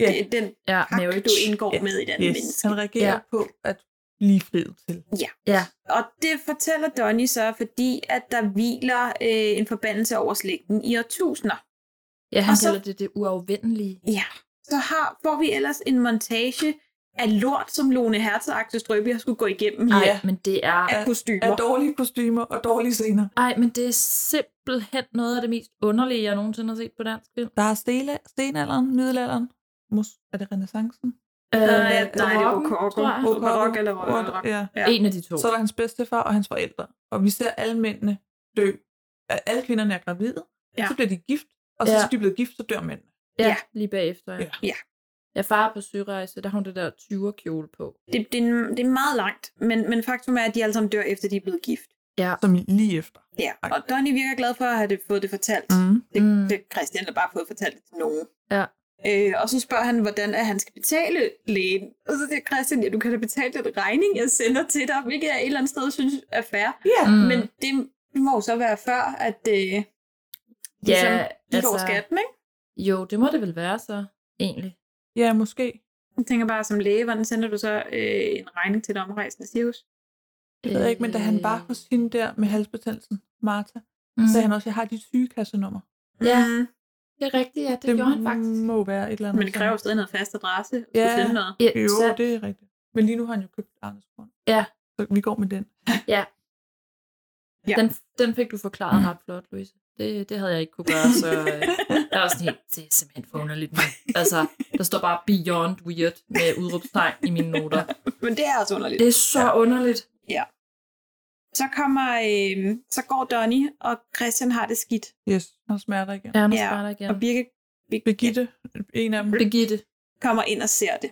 S8: Ja.
S9: Det er den
S10: ja,
S9: pagt, du indgår yeah. med i den
S8: yes.
S9: yes. menneske.
S8: Han reagerer
S9: Ja.
S8: ja. på at blive friet til.
S9: Ja.
S10: ja.
S9: Og det fortæller Donny så, fordi at der hviler øh, en forbandelse over slægten i årtusinder.
S10: Ja, han
S9: Og så-
S10: kalder det det uafvendelige.
S9: Ja. Så har, får vi ellers en montage af lort, som Lone Hertz og Axel Strøby har skulle gå igennem.
S10: Ej, men det er...
S9: Af kostymer.
S8: Af dårlige kostymer og dårlige scener.
S10: Ej, men det er simpelthen noget af det mest underlige, jeg nogensinde har set på dansk film.
S8: Der er stele, stenalderen, middelalderen, mus, er det renaissancen?
S10: Øh,
S9: nej, det er
S8: barokken,
S9: rokoko.
S8: tror jeg.
S9: Rokoko. Barok eller
S8: Rokoko.
S9: rokoko.
S8: Ja.
S9: Ja.
S10: En af de to.
S8: Så er der hans bedstefar og hans forældre. Og vi ser alle mændene dø. Alle kvinderne er gravide,
S9: Ja.
S8: så bliver de gift, og så
S10: Ja.
S8: ja. de er blevet gift, så dør mændene.
S10: Ja,
S9: Ja.
S10: ja. lige bagefter. Ja.
S9: Ja.
S10: Jeg far på sørejse, der har hun det der 20'er kjole på.
S9: Det, det, er, en- det er meget langt, men, men faktum er, at de alle sammen dør, efter de er blevet gift.
S10: Ja.
S8: Som lige efter.
S9: Ja, og Donny virker glad for at have det, fået det fortalt.
S8: Mm.
S9: Det, det Christian har bare fået fortalt det til nogen.
S10: Ja.
S9: Øh, og så spørger han, hvordan at han skal betale lægen. Og så siger Christian, ja, du kan da betale den regning, jeg sender til dig, hvilket jeg et eller andet sted synes er fair.
S8: Ja.
S10: Mm.
S9: Men det må jo så være før, at øh, ligesom,
S10: Ja,
S9: de altså... går
S10: altså-
S9: skatten, ikke?
S10: Jo, det må det vel være så, egentlig.
S8: Ja, måske.
S9: Jeg tænker bare, som læge, hvordan sender du så øh, en regning til et omrejsende cirkus?
S8: Jeg ved ikke, men da han var hos hende der med halsbetændelsen, Martha,
S10: Mm.
S8: mm. sagde han også, jeg har dit sygekassenummer.
S10: Ja, det er rigtigt, ja, det, det gjorde han faktisk.
S8: må være et eller andet.
S9: Mm. Men det kræver jo stadig noget fast adresse. at
S8: ja.
S9: skulle finde noget.
S10: Ja,
S8: Jo,
S10: sandt.
S8: det er rigtigt. Men lige nu har han jo købt Arnes grund.
S10: Ja.
S8: Så vi går med den.
S10: Ja.
S9: ja.
S10: Den, den fik du forklaret mm. ret flot, Louise. Det, det havde jeg ikke kunne gøre, så øh, jeg var sådan helt, det er simpelthen for underligt nu. Altså, der står bare beyond weird med udråbstegn i mine noter.
S9: Men det er også underligt.
S10: Det er så ja. underligt.
S9: Ja. Så kommer, øh, så går Donny, og Christian har det skidt.
S8: Yes, han smerter igen.
S10: Ja, nu ja. der igen. Mm.
S9: Og Birke
S8: Birgitte, en af dem.
S10: Birgitte.
S9: kommer ind og ser det.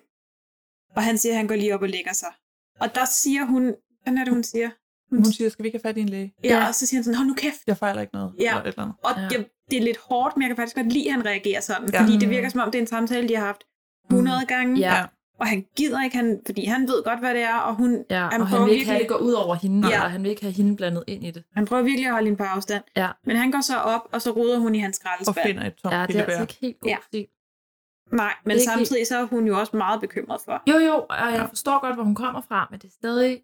S9: Og han siger, at han går lige op og lægger sig. Og der siger hun, hvad er det, hun siger?
S8: Hun siger, skal vi ikke have fat i en læge?
S9: Ja, ja. og så siger han sådan, hold nu kæft.
S8: Jeg fejler ikke noget.
S9: Ja.
S8: Eller et eller andet.
S9: Og ja. jeg, det er lidt hårdt, men jeg kan faktisk godt lide, at han reagerer sådan.
S8: Ja.
S9: Ja. Fordi det
S8: Mm.
S9: virker som om, det er en samtale, de har haft
S10: Mm.
S9: 100 gange.
S10: Ja.
S9: Og han gider ikke, han, fordi han ved godt, hvad det er, og hun,
S10: Ja,
S9: han,
S10: og han
S9: prøver
S10: vil ikke have, det går ud over hende,
S9: Ja.
S10: ja. og han vil ikke have hende blandet ind i det.
S9: han prøver virkelig at holde hende på afstand.
S10: Ja.
S9: Men han går så op, og så ruder hun i hans
S8: Og
S9: skraldespand.
S8: finder et tomt
S10: Ja, det er altså
S8: kirsebær.
S10: ikke helt god
S9: Ja.
S10: ja. stil.
S9: Nej, men
S10: Det er ikke
S9: samtidig så er hun jo også meget bekymret for.
S10: Jo, jo, og jeg forstår godt, hvor hun kommer fra, men det er stadig,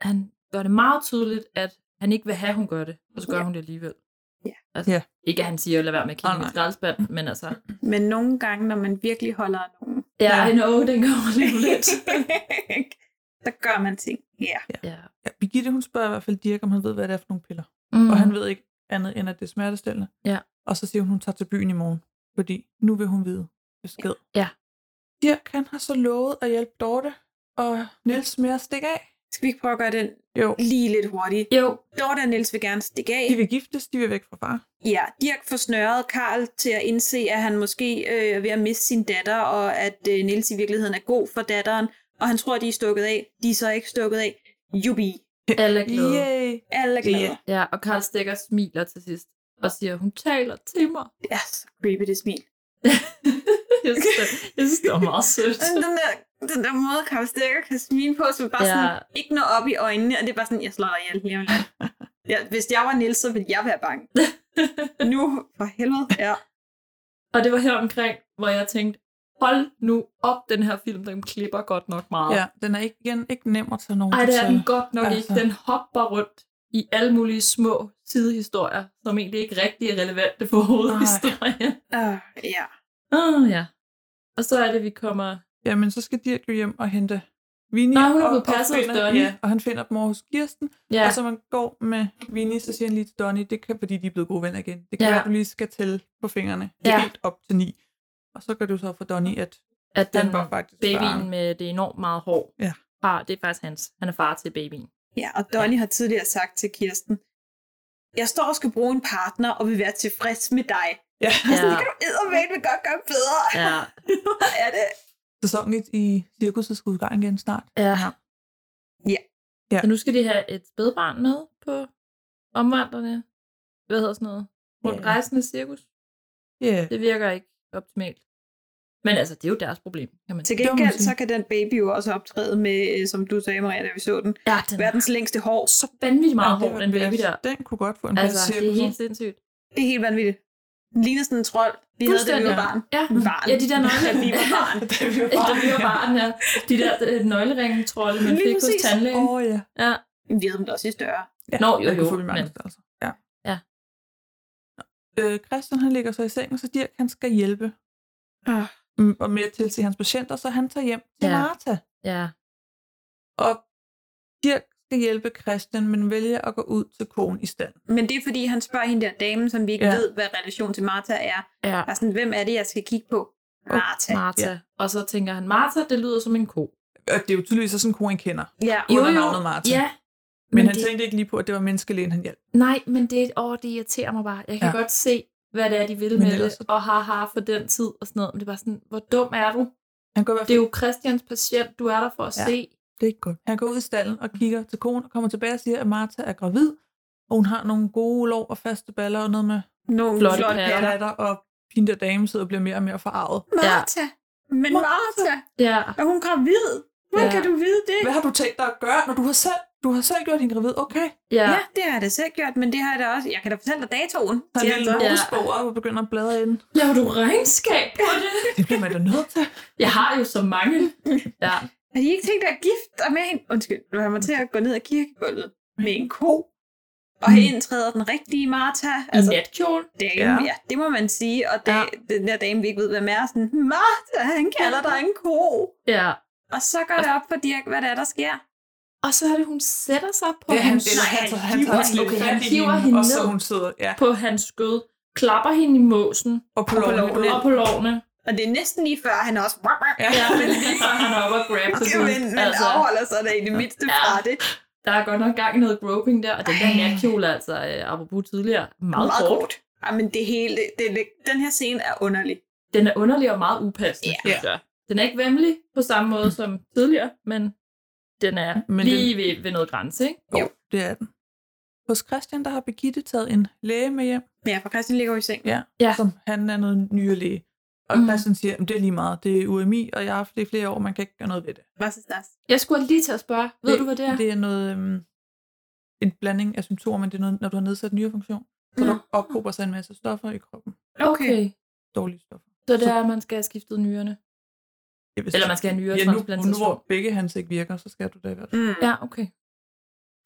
S10: han gør det meget tydeligt, at han ikke vil have, at hun gør det, og så gør
S9: Ja.
S10: ja. hun det alligevel.
S9: Ja.
S10: Altså,
S8: Ja.
S10: Ikke at han siger, lad være med at kigge
S8: Ah,
S10: oh,
S8: nej.
S10: i skraldespand, men altså,
S9: Men nogle gange, når man virkelig holder af nogen,
S10: ja, I know, den kommer lige på lidt.
S9: så gør man ting. Ja.
S10: ja.
S8: Ja, Birgitte, hun spørger i hvert fald Dirk, om han ved, hvad det er for nogle piller.
S10: Mm.
S8: Og han ved ikke andet, end at det er smertestillende.
S10: Ja.
S8: Og så siger hun, hun tager til byen i morgen, fordi nu vil hun vide besked.
S10: Ja.
S8: Dirk, han har så lovet at hjælpe Dorte og Niels med at stikke af.
S9: Skal vi ikke prøve at gøre den
S8: Jo,
S9: lige lidt hurtigt?
S10: Jo,
S9: Dorte og Niels vil gerne stikke af.
S8: de vil giftes, de vil væk fra far.
S9: Ja, Dirk får snørret Karl til at indse, at han måske øh, er ved at miste sin datter, og at øh, Niels i virkeligheden er god for datteren, og han tror, at de er stukket af. De er så ikke stukket af. Jubi.
S10: alle er glade.
S8: Yay!
S9: Alle er glade.
S8: Ja.
S10: Ja, og Karl Stikker smiler til sidst, og siger, hun taler til mig.
S9: Det er så creepy, det smil.
S10: Jeg synes, det, jeg synes, det var meget sødt.
S9: Den den der, den der måde, Karl Stikker kan smile på, som bare ja.
S10: Ja.
S9: sådan, ikke når op i øjnene, og det er bare sådan, jeg slår dig ihjel lige om lidt. Ja, hvis jeg var Niels, så ville jeg være bange. nu, for helvede, ja.
S10: Og det var her omkring, hvor jeg tænkte, hold nu op, den her film, den klipper godt nok meget.
S8: Ja, den er ikke, igen, ikke nem at tage nogen
S10: Ej, det er
S8: til.
S10: den godt nok altså.
S8: Altså.
S10: ikke. Den hopper rundt i alle mulige små sidehistorier, som egentlig ikke rigtig er relevante for hovedhistorien.
S9: Uh, ja.
S10: Åh, oh, ja. Og så er det, vi kommer...
S8: Jamen, så skal Dirk jo hjem og hente Vinnie.
S10: Nå, hun er
S8: og-
S10: blevet
S8: og
S10: passet hos
S8: finder-
S10: Donny.
S8: Ja, og han finder dem over hos Kirsten.
S10: Ja.
S8: Ja. Og så man går med Vinnie, så siger han lige til Donny, det kan, fordi de er blevet gode venner igen. Det kan
S10: Ja.
S8: ja. være, du lige skal tælle på fingrene.
S10: Ja.
S8: Ja. Helt op til ni. Og så gør du så for Donny, at
S10: At den
S8: han var faktisk
S10: babyen
S8: bare...
S10: med det enormt meget hår
S8: Ja.
S10: far, det er faktisk hans. Han er far til babyen.
S9: Ja, og Donny har tidligere sagt til Kirsten, jeg står og skal bruge en partner og vil være tilfreds med dig.
S8: Ja.
S9: Altså, det kan du eddermame godt gøre bedre.
S10: Ja.
S9: Hvad er det?
S8: Sæsonen i, i cirkuset skal ud i gang igen snart.
S10: Ja.
S9: Ja.
S8: ja.
S10: Så nu skal de have et spædbarn med på omvandrende, hvad hedder sådan noget, rundt
S8: Ja.
S10: rejsende cirkus.
S8: Ja.
S10: Det virker ikke optimalt. Men altså, det er jo deres problem, kan man
S9: Til
S10: sige.
S9: gengæld så kan den baby jo også optræde med, øh, som du sagde, Maria, da vi så den,
S10: ja, den
S9: verdens længste hår.
S10: Så vanvittigt meget
S8: Ja, det
S10: hård,
S8: var
S10: den baby
S8: bedst.
S10: der.
S8: Den kunne godt få en
S10: Altså,
S8: plads i
S10: det er
S8: cirkuset.
S10: helt sindssygt.
S9: Det er helt vanvittigt. Den ligner sådan en trold. Vi havde det, da vi var
S10: Fuldstændig.
S9: barn.
S10: Ja.
S9: barn.
S10: Ja, de der nøgle-
S9: Da vi var barn.
S8: da vi var
S10: Da vi var barn, ja. De der øh, nøgleringetrolle, man
S9: Lige
S10: fik hos
S9: præcis.
S10: tandlægen.
S8: Åh, ja.
S10: Ja.
S9: Vi havde dem da også i større.
S8: Ja,
S10: Nå, jo,
S8: den kunne
S10: jo,
S8: fylde mange
S10: men-
S8: størrelser. Ja.
S10: Ja.
S8: Nå, Øh, Christian han ligger så i sengen, så Dirk han skal hjælpe
S9: Ah.
S8: mm, og med at tilse hans patienter, så han tager hjem til
S10: Ja.
S8: Martha.
S10: Ja.
S8: Og Dirk skal hjælpe Christian, men vælger at gå ud til konen i stand.
S9: Men det er fordi, han spørger hende der dame, som vi ikke
S8: Ja.
S9: ja. ved, hvad relation til Martha er.
S10: Ja.
S9: Og sådan, hvem er det, jeg skal kigge på? Martha.
S10: Martha. Og så tænker han, Martha, det lyder som en ko.
S8: Og det er jo tydeligvis også sådan, konen kender.
S9: Ja.
S8: Jo, Under navnet Martha.
S10: Ja.
S8: Men, men han
S10: det,
S8: det... tænkte ikke lige på, at det var menneskelægen, han hjalp.
S10: Nej, men det, åh, det irriterer mig bare. Jeg kan
S8: Ja.
S10: ja. godt se, hvad det er, de vil
S8: Men
S10: med
S8: ellers
S10: det, og haha for den tid og sådan noget. Men det er bare sådan, hvor dum er du?
S8: Han går i hvert
S10: Det er
S8: fald,
S10: jo Christians patient, du er der for at
S8: Ja.
S10: se.
S8: det er ikke godt. Han går ud i stallen og kigger til konen og kommer tilbage og siger, at Martha er gravid, og hun har nogle gode lov og faste baller og noget med
S9: Nogle
S10: Flotte
S9: flotte, flotte
S10: patter.
S9: patter.
S8: datter, og pinde der dame sidder og bliver mere og mere forarvet.
S9: Martha. Men
S8: Martha.
S9: Martha.
S10: Ja,
S9: Er hun gravid? Hvordan
S10: Ja.
S9: kan du vide det?
S8: Hvad har du tænkt dig at gøre, når du har selv, du har selv gjort din gravid? Okay.
S10: ja.
S9: Ja, det har jeg da selv gjort, men det har jeg da også. Jeg kan da fortælle dig datoen.
S8: Så er
S9: siger
S8: en
S9: så.
S8: lille ja. og begynder at bladre i den.
S10: Laver du regnskab på det?
S8: Det bliver man da nødt til.
S10: Jeg har jo så mange. Ja.
S9: Har I ikke tænkt dig at gifte dig med hende? Undskyld, du har mig til at gå ned ad kirkegulvet med en ko. Og
S8: Mm.
S9: herind træder den rigtige Martha. Altså,
S10: I natkjole.
S9: dame,
S8: Ja.
S9: ja. ja, det må man sige. Og det,
S10: Ja.
S9: ja. den der dame, vi ikke ved, hvem er, sådan, Martha, han kalder dig en ko.
S10: Ja.
S9: Og så går det op for Dirk, hvad der er, der sker.
S10: Og så er det, hun sætter sig på
S8: Ja, han,
S10: hans,
S8: eller han, tager- han tager
S10: hiver
S8: også
S10: hende-
S8: lidt
S10: okay,
S8: fat
S10: han
S8: i
S10: hiver
S8: hende,
S10: hende
S8: og så
S10: ned.
S8: hun sidder ja,
S10: på hans skød, klapper hende i måsen
S8: og på,
S9: og på
S8: lårene.
S9: lårene.
S10: og på lårene.
S9: Og det er næsten lige før, han også
S8: Ja.
S10: Ja, men lige før han er oppe og grabber
S9: okay,
S10: hende.
S9: men, men altså, afholder sig da i det mindste
S10: Ja.
S9: fra det.
S10: Der er godt nok gang i noget groping der, og den der
S9: Ej.
S10: natkjole, er altså, øh, apropos tidligere, meget,
S9: Meget
S10: kort.
S9: kort. Jamen, det hele, det, det, den her scene er underlig.
S10: Den er underlig og meget upassende,
S9: Ja.
S10: synes jeg. Den er ikke vemmelig på samme måde som tidligere, men den er
S8: Men
S10: men lige ved, ved noget grænse, ikke?
S8: Jo, det er den. Hos Christian, der har Birgitte taget en læge med hjem,
S9: Men ja, for Christian ligger jo i seng.
S8: ja,
S10: Ja.
S8: som han er noget nyere læge. Og
S10: Mm.
S8: Christian siger, at det er lige meget, det er UMI, og jeg har haft det i flere år, man kan ikke gøre noget ved det.
S9: Hvad så der?
S10: Jeg skulle lige til at spørge, ved du, hvad det er?
S8: Det er noget, øhm, en blanding af symptomer, men det er noget, når du har nedsat nyrefunktion, så
S10: Mhm.
S8: der ophober sig en masse stoffer i kroppen.
S10: okay.
S8: Dårlige stoffer.
S10: Så det er, at man skal have skiftet nyrerne.
S8: Jeg vil
S10: Eller
S8: sige-
S10: man skal have
S8: Ja, nu, nu
S10: nyretransplantation.
S8: hvor begge hans ikke virker, så skal du da i hvert fald.
S9: Mm.
S10: Ja, okay.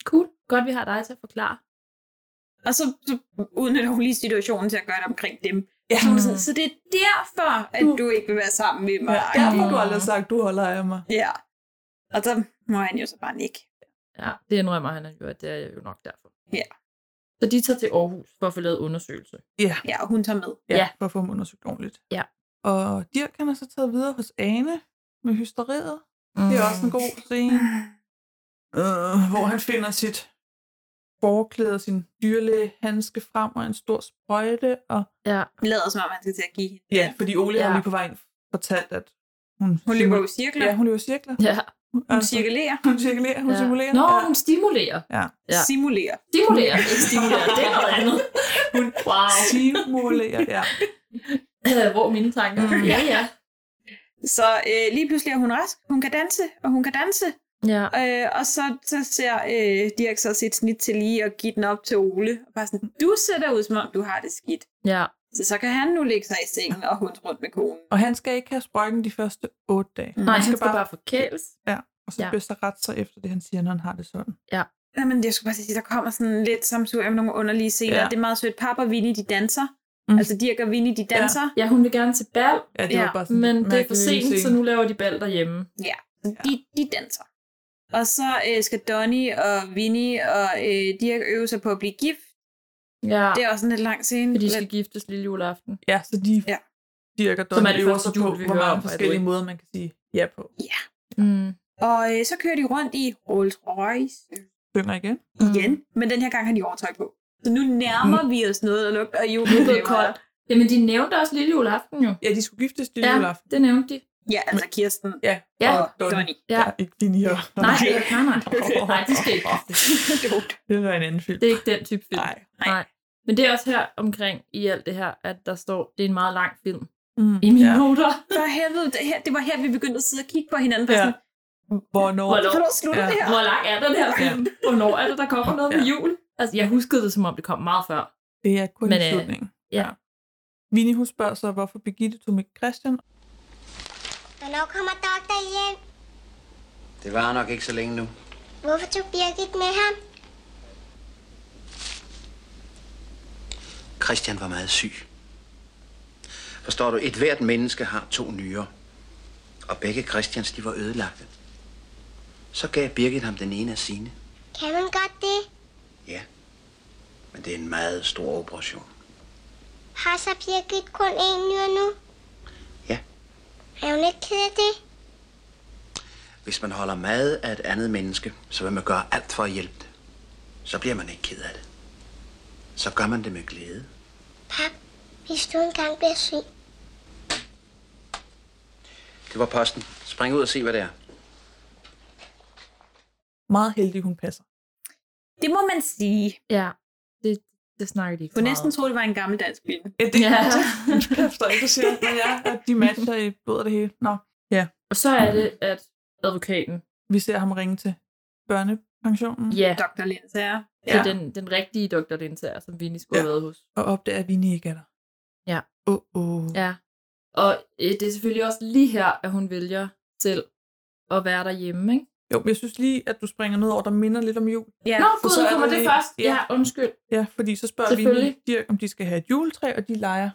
S10: Cool. Godt, vi har dig til at forklare.
S9: Og så, så udnytter hun lige situationen til at gøre det omkring dem.
S8: Ja.
S10: Mm.
S9: Så, hun er sådan, så det er derfor, at
S8: Du-
S9: du ikke vil være sammen med mig.
S8: Ja, derfor har du aldrig sagt, du holder af mig.
S9: Ja. Og så må han jo så bare nikke.
S10: Ja, det indrømmer han jo, at det er jo nok derfor.
S9: Ja.
S10: Så de tager til Aarhus for at få lavet undersøgelse.
S8: Ja,
S9: Ja, og hun tager med.
S8: ja,
S10: Ja.
S8: for at få ham undersøgt ordentligt.
S10: Ja.
S8: Og Dirk han er så taget videre hos Ane med hysteriet. Det
S10: Mm.
S8: er også en god scene, øh, hvor han finder sit forklæde og sin dyrlægehandske frem og en stor sprøjte. Og,
S10: Ja,
S9: Lader som om, han skal til at give hende.
S8: ja, fordi Ole ja. har
S10: Ja.
S8: lige på vejen fortalt, at hun,
S9: Hun løber jo i cirkler.
S8: Ja, hun løber cirkler. Altså,
S10: ja.
S9: Hun cirkulerer.
S8: Hun cirkulerer, hun
S10: ja.
S8: simulerer.
S10: Nå,
S8: ja.
S10: hun stimulerer.
S8: ja.
S10: Ja.
S9: Simulerer.
S10: Stimulerer, ikke stimulerer. Det er noget andet. Hun, wow.
S8: Simulerer, ja.
S10: Hvor er mine tanker? Ja, ja.
S9: Så øh, lige pludselig er hun rask. Hun kan danse, og hun kan danse.
S10: Ja,
S9: Øh, og så, så ser øh, Dirk så sit snit til lige og give den op til Ole. Og bare sådan, du ser da ud, som om du har det skidt.
S10: ja.
S9: Så, så kan han nu ligge sig i sengen og hunde rundt med konen.
S8: Og han skal ikke have sprøjten de første otte dage.
S10: Nej,
S8: han
S10: han
S8: skal
S10: skal
S8: bare-
S10: bare forkæles.
S8: Og så
S10: Mm. Ja.
S8: ja. bedst at rette sig efter det, han siger, når han har det sådan.
S9: Jamen, jeg skulle bare sige, der kommer sådan lidt samsug med nogle underlige scener.
S8: Ja.
S9: Ja. Det er meget sødt. Pap og Winnie, de danser.
S8: Mm.
S9: Mm. Altså, Dirk og Winnie, de danser.
S10: Ja, hun vil gerne til bal,
S8: Ja, det var
S9: Ja,
S8: bare sådan
S10: men
S8: en
S10: det er for
S8: mærkelig
S10: sent, så
S8: scene.
S10: nu laver de bal derhjemme.
S9: Ja, ja. De, de danser. Og så øh, skal Donny og Winnie og øh, Dirk øve sig på at blive gift.
S10: Ja,
S9: Det er også en lidt lang scene.
S10: fordi de
S9: Lidt-
S10: skal giftes lille juleaften.
S8: Ja, så de
S9: Ja.
S8: dirker
S10: Som er
S8: Donald
S10: det
S8: øver
S10: første
S8: sig på,
S10: jul, vi
S8: hvor
S10: hører
S8: mange
S10: om, by the
S8: forskellige
S10: way.
S8: måder, man kan sige ja på.
S10: Mm.
S9: Og øh, så kører de rundt i Rolls Royce.
S8: Synger igen.
S9: Igen. Men den her gang har de overtøj på. Så nu nærmer mm. vi os noget, der lugter af jul. Det er koldt.
S10: Jamen, de nævnte også lille juleaften jo.
S8: Ja, de skulle giftes
S9: lille
S10: ja,
S9: juleaften.
S10: det nævnte de.
S9: Ja, altså Kirsten.
S8: Ja.
S10: Ja.
S8: Og Donny.
S10: Ja.
S8: Ikke din her.
S10: Nej, nej, nej. Nej, de skal ikke giftes.
S8: Det var en anden film.
S10: Det er ikke den type film. Nej. nej. Men det er også her omkring i alt det her, at der står, det er en meget lang film.
S8: Mm.
S10: I mine noter.
S9: For helvede, det, her, det var her, vi begyndte at sidde og kigge på hinanden. Ja. Sådan,
S8: Hvornår?
S9: Hvornår slutter det her?
S10: Hvor lang er den her film? Hvornår er det, der kommer noget med
S8: Ja.
S10: jul? Altså, jeg huskede det, som om det kom meget før.
S8: Det er kun
S10: Men,
S8: Men,
S10: øh,
S8: i slutningen.
S10: ja.
S8: Vinnie, hun spørger så, hvorfor Birgitte tog med Christian.
S13: Hvornår kommer doktor hjem?
S6: Det var nok ikke så længe nu.
S13: Hvorfor tog Birgit med ham?
S1: Christian var meget syg. Forstår du, et hvert menneske har to nyrer. Og begge Christians, de var ødelagte. Så gav Birgit ham den ene af sine,
S13: Kan man godt det?
S1: men det er en meget stor operation.
S13: Har så Birgit kun én nyre nu?
S1: Ja.
S13: Er hun ikke ked af det?
S1: Hvis man holder meget af et andet menneske, så vil man gøre alt for at hjælpe det. Så bliver man ikke ked af det. Så gør man det med glæde.
S13: Pap, hvis du engang bliver syg,
S1: Det var posten. Spring ud og se, hvad det er.
S8: Meget heldig, hun passer.
S9: Det må man sige.
S10: Ja, det, det snakker de ikke
S9: Du
S10: så
S9: næsten
S10: meget om.
S9: troede, det var en gammel dansk film.
S8: Ja, det
S10: Ja.
S8: er kæft, der ikke siger, hvad jeg er. De matcher i blod og det hele. Nå. Ja.
S10: Og så er det, at advokaten,
S9: Mm.
S8: Vi ser ham ringe til børnepensionen.
S10: ja,
S9: Dr. Linsager.
S10: det er den, den rigtige Dr. Linsager, som Vinnie skulle have
S8: Ja.
S10: været hos.
S8: Og opdager, at Vinnie ikke er der.
S10: Ja.
S8: Åh, oh, oh.
S10: Ja. Og øh, det er selvfølgelig også lige her, at hun vælger selv at være derhjemme, ikke?
S8: Jo, men jeg synes lige, at du springer ned over, der minder lidt om jul.
S9: Ja.
S10: Nå,
S8: For
S10: gud,
S8: så er
S10: kommer
S8: der
S10: det
S8: lige-
S10: først?
S8: Ja.
S10: Ja, undskyld.
S8: Ja, fordi så spørger
S10: Selvfølgelig.
S8: Vinnie Dirk, om de skal have et juletræ, og de leger.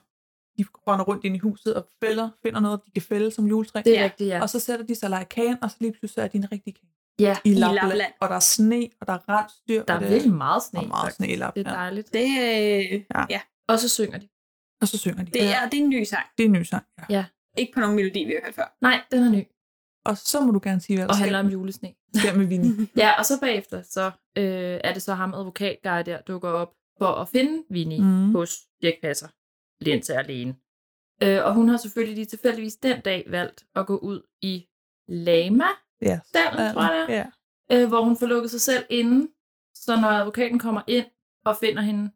S8: De render rundt ind i huset og fælder, finder noget, de kan fælde som juletræ.
S10: Det er rigtigt, ja.
S8: Og så sætter de sig og leger kagen, og så lige pludselig så er de en rigtig kage.
S10: Ja.
S8: I Lapland. I Lapland. Og der er sne, og der er rensdyr.
S10: Der
S8: og
S10: er
S8: det
S10: virkelig meget sne.
S8: Og meget sne i
S10: Det
S8: Lapland.
S10: er dejligt.
S9: Det, øh, ja. ja.
S10: Og så synger de.
S8: Og så synger de.
S9: Det, er, det er en ny sang.
S8: Det er en ny sang. Ja.
S10: Ja.
S9: Ikke på nogen melodi, vi har hørt før.
S10: Nej, den Mhm. er ny.
S8: Og så må du gerne sige, hvad der
S10: Og
S8: sker.
S10: handler om julesne.
S8: sker med Vinnie.
S10: Ja, og så bagefter, så øh, er det så ham advokatguy der dukker op for at finde Vinnie
S8: Mhm.
S10: mm. hos Dirk Passer, Linse alene. Øh, og hun har selvfølgelig lige tilfældigvis den dag valgt at gå ud i Lama,
S8: Ja.
S10: Stallen, tror jeg det
S8: Ja.
S10: er, øh, hvor hun får lukket sig selv inde. Så når advokaten kommer ind og finder hende,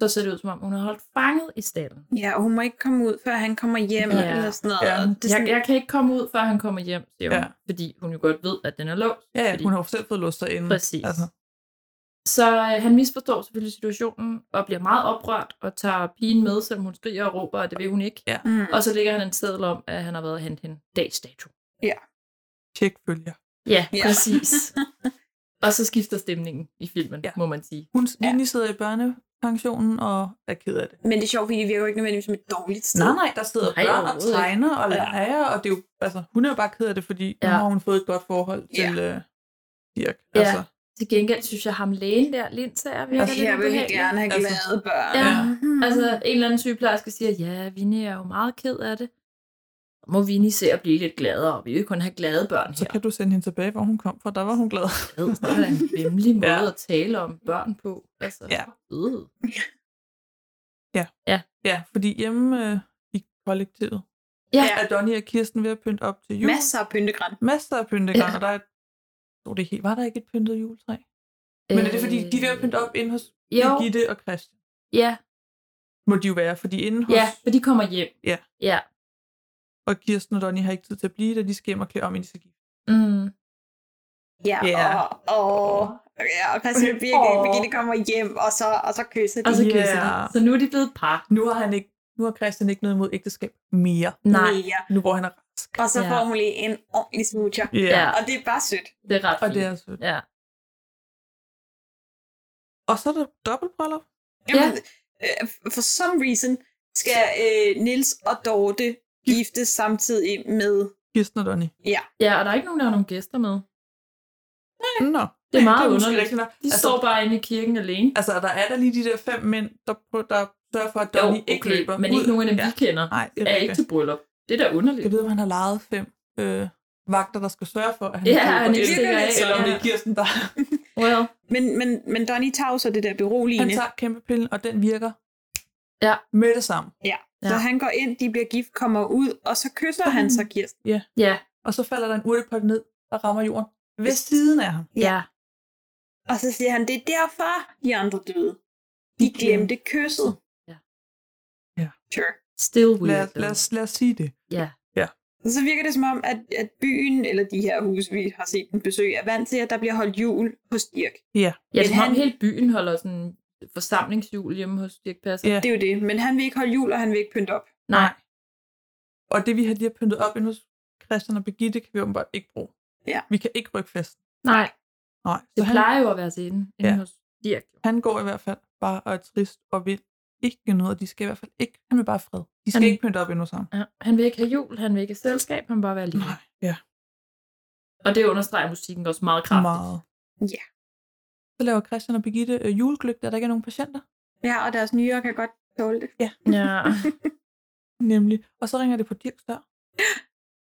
S10: så ser det ud som om, hun er holdt fanget i stallen.
S9: Ja, og hun må ikke komme ud, før han kommer hjem, ja. eller sådan noget.
S10: Ja.
S9: Det er sådan,
S10: Jeg, jeg kan ikke komme ud, før han kommer hjem, siger hun,
S8: Ja.
S10: ja. fordi hun jo godt ved, at den er låst.
S8: Ja, ja,
S10: fordi
S8: hun har jo selv fået låst sig inde.
S10: Præcis.
S8: Altså,
S10: Så øh, han misforstår selvfølgelig situationen og bliver meget oprørt og tager pigen med, selvom hun skriger og råber, og det vil hun ikke.
S8: Ja.
S9: Mm.
S10: Og så lægger han en seddel om, at han har været og hentet hende dags dato.
S8: tjek følger.
S10: Ja,
S9: Ja.
S10: ja. præcis. og så skifter stemningen i filmen, ja. må man sige.
S8: Hun Vinnie sidder i børnepensionen og er ked af det.
S9: Men det er sjovt, fordi det virker jo ikke nødvendigvis som et dårligt sted.
S8: Nej, nej, der sidder
S10: Nej,
S8: børn og
S10: overhovedet ikke.
S8: tegner og leger, og det er jo, altså, hun er jo bare ked af det, fordi ja. nu
S10: Ja.
S8: har hun fået et godt forhold til øh, Dirk.
S10: Ja.
S8: Altså,
S10: Til gengæld synes jeg, ham lægen der, Lindsager, virker
S9: Altså,
S10: lidt
S9: jeg vil
S10: ubehagelig.
S9: helt gerne have
S8: Altså,
S9: glade børn. Mm-hmm.
S10: Ja. Altså,
S8: Mm-hmm.
S10: en eller anden sygeplejerske siger, ja, Vinnie er jo meget ked af det. Og må Vinnie se at blive lidt gladere, og vi vil jo kun have glade børn
S8: så
S10: her.
S8: kan du sende hende tilbage, hvor hun kom fra. Der var hun glad.
S10: Ad, Det er da en vemmelig måde at tale om børn på. Altså,
S8: Ja.
S10: øh.
S8: Ja, fordi hjemme øh, i kollektivet
S10: Ja.
S8: er Donnie og Kirsten ved at pynte op til jul.
S9: Masser af pyntegræn.
S8: Masser af pyntegræn,
S10: Ja.
S8: og der er... Så det helt... Var der ikke et pyntet juletræ? Men er det fordi, de er ved at pynte op inde hos
S10: Jo.
S8: Birgitte og Christian?
S10: Ja,
S8: Må de jo være, fordi inde hos...
S10: ja, for de kommer hjem.
S8: Ja.
S10: Ja.
S8: Og Kirsten og Donnie har ikke tid til at blive der. De skal hjem og klæde om, inden de skal give.
S10: Mm.
S9: Ja,
S8: Ja.
S9: og, og, ja, og Christian Birgit,
S8: Åh.
S9: Birgitte kommer hjem, og så, og så kysser de.
S10: Og så
S8: Ja.
S10: kysser de. Så nu er de blevet par.
S8: Nu har, han ikke, nu har Christian ikke noget imod ægteskab mere.
S10: Nej.
S9: Mere.
S8: Nu hvor han er rask.
S9: Og så
S10: Ja.
S9: får hun lige en ordentlig smoocher.
S8: Ja.
S10: Ja.
S9: Og det er bare sødt.
S10: Det er ret
S8: Og
S10: fint.
S8: det er sødt.
S10: Ja.
S8: Og så er der dobbeltbryllup.
S9: Jamen, øh, for some reason skal øh, Nils og Dorte giftes samtidig med...
S8: Kirsten og Donnie.
S9: Ja,
S10: ja, og der er ikke nogen, der har nogen gæster med.
S8: Nå.
S10: Det er meget
S8: måske
S10: underligt.
S8: rigtigt nok.
S10: De
S8: Altså-
S10: står bare inde i kirken alene.
S8: Altså, der er der lige de der fem mænd, der, prøver, der sørger for, at Donnie ikke løber
S10: men
S8: ud.
S10: ikke nogen af dem, vi kender,
S8: Nej, det
S10: er
S8: rigtigt.
S10: ikke til bryllup. Det er da underligt.
S8: Jeg ved, om han har lejet fem øh, vagter, der skal sørge for, at han
S10: Ja,
S8: ikke løber
S10: han ikke
S8: ind,
S10: stikker af.
S8: Eller om det
S10: Ja.
S8: er Kirsten, der...
S10: Well.
S9: Men, men, men Donnie tager jo så det der beroligende.
S8: Han tager kæmpe pillen, og den virker
S10: ja.
S8: med det samme.
S9: Ja. ja. Så han går ind, de bliver gift, kommer ud, og så kysser han
S8: Mm.
S9: så Kirsten.
S8: Ja.
S10: ja.
S8: Og så falder der en urtepot ned og rammer jorden ved siden af ham.
S10: Ja.
S9: Og så siger han, det er derfor, de andre døde. De glemte kysset.
S8: Ja.
S9: Sure.
S10: Still
S8: Lad, os- lad, os, lad os sige det.
S10: Ja.
S8: Ja.
S9: Og så virker det som om, at, at byen, eller de her huse, vi har set den besøg, er vant til, at der bliver holdt jul hos Dirk.
S8: Ja.
S10: Ja,
S9: Men
S10: det er han...
S9: han-
S10: hele byen holder sådan en forsamlingshjul hjemme hos Dirk Passer.
S9: Det er jo det, men han vil ikke holde jul, og han vil ikke pynte op.
S10: Nej.
S8: Og det, vi har lige har pyntet op inde hos Christian og Birgitte, kan vi åbenbart ikke bruge.
S9: Ja.
S8: Vi kan ikke rykke festen.
S10: Nej,
S8: Nej.
S10: det
S8: så han-
S10: plejer jo at være scenen inde
S8: Ja.
S10: hos Dirk.
S8: Han går i hvert fald bare og er trist og vil ikke noget, og de skal i hvert fald ikke, han vil bare fred. De skal
S10: Han-
S8: han... ikke pynte op endnu sammen.
S10: Ja. Han vil ikke have jul, han vil ikke have selskab, han vil bare være alene.
S8: ja.
S10: Og det understreger musikken også meget kraftigt.
S8: Meget.
S9: Ja.
S8: Så laver Christian og Birgitte øh, julegløb, da der ikke er nogen patienter.
S9: Ja, og deres nyere kan godt tåle det.
S8: Ja.
S10: Ja.
S8: Nemlig. Og så ringer det på Dirks dør.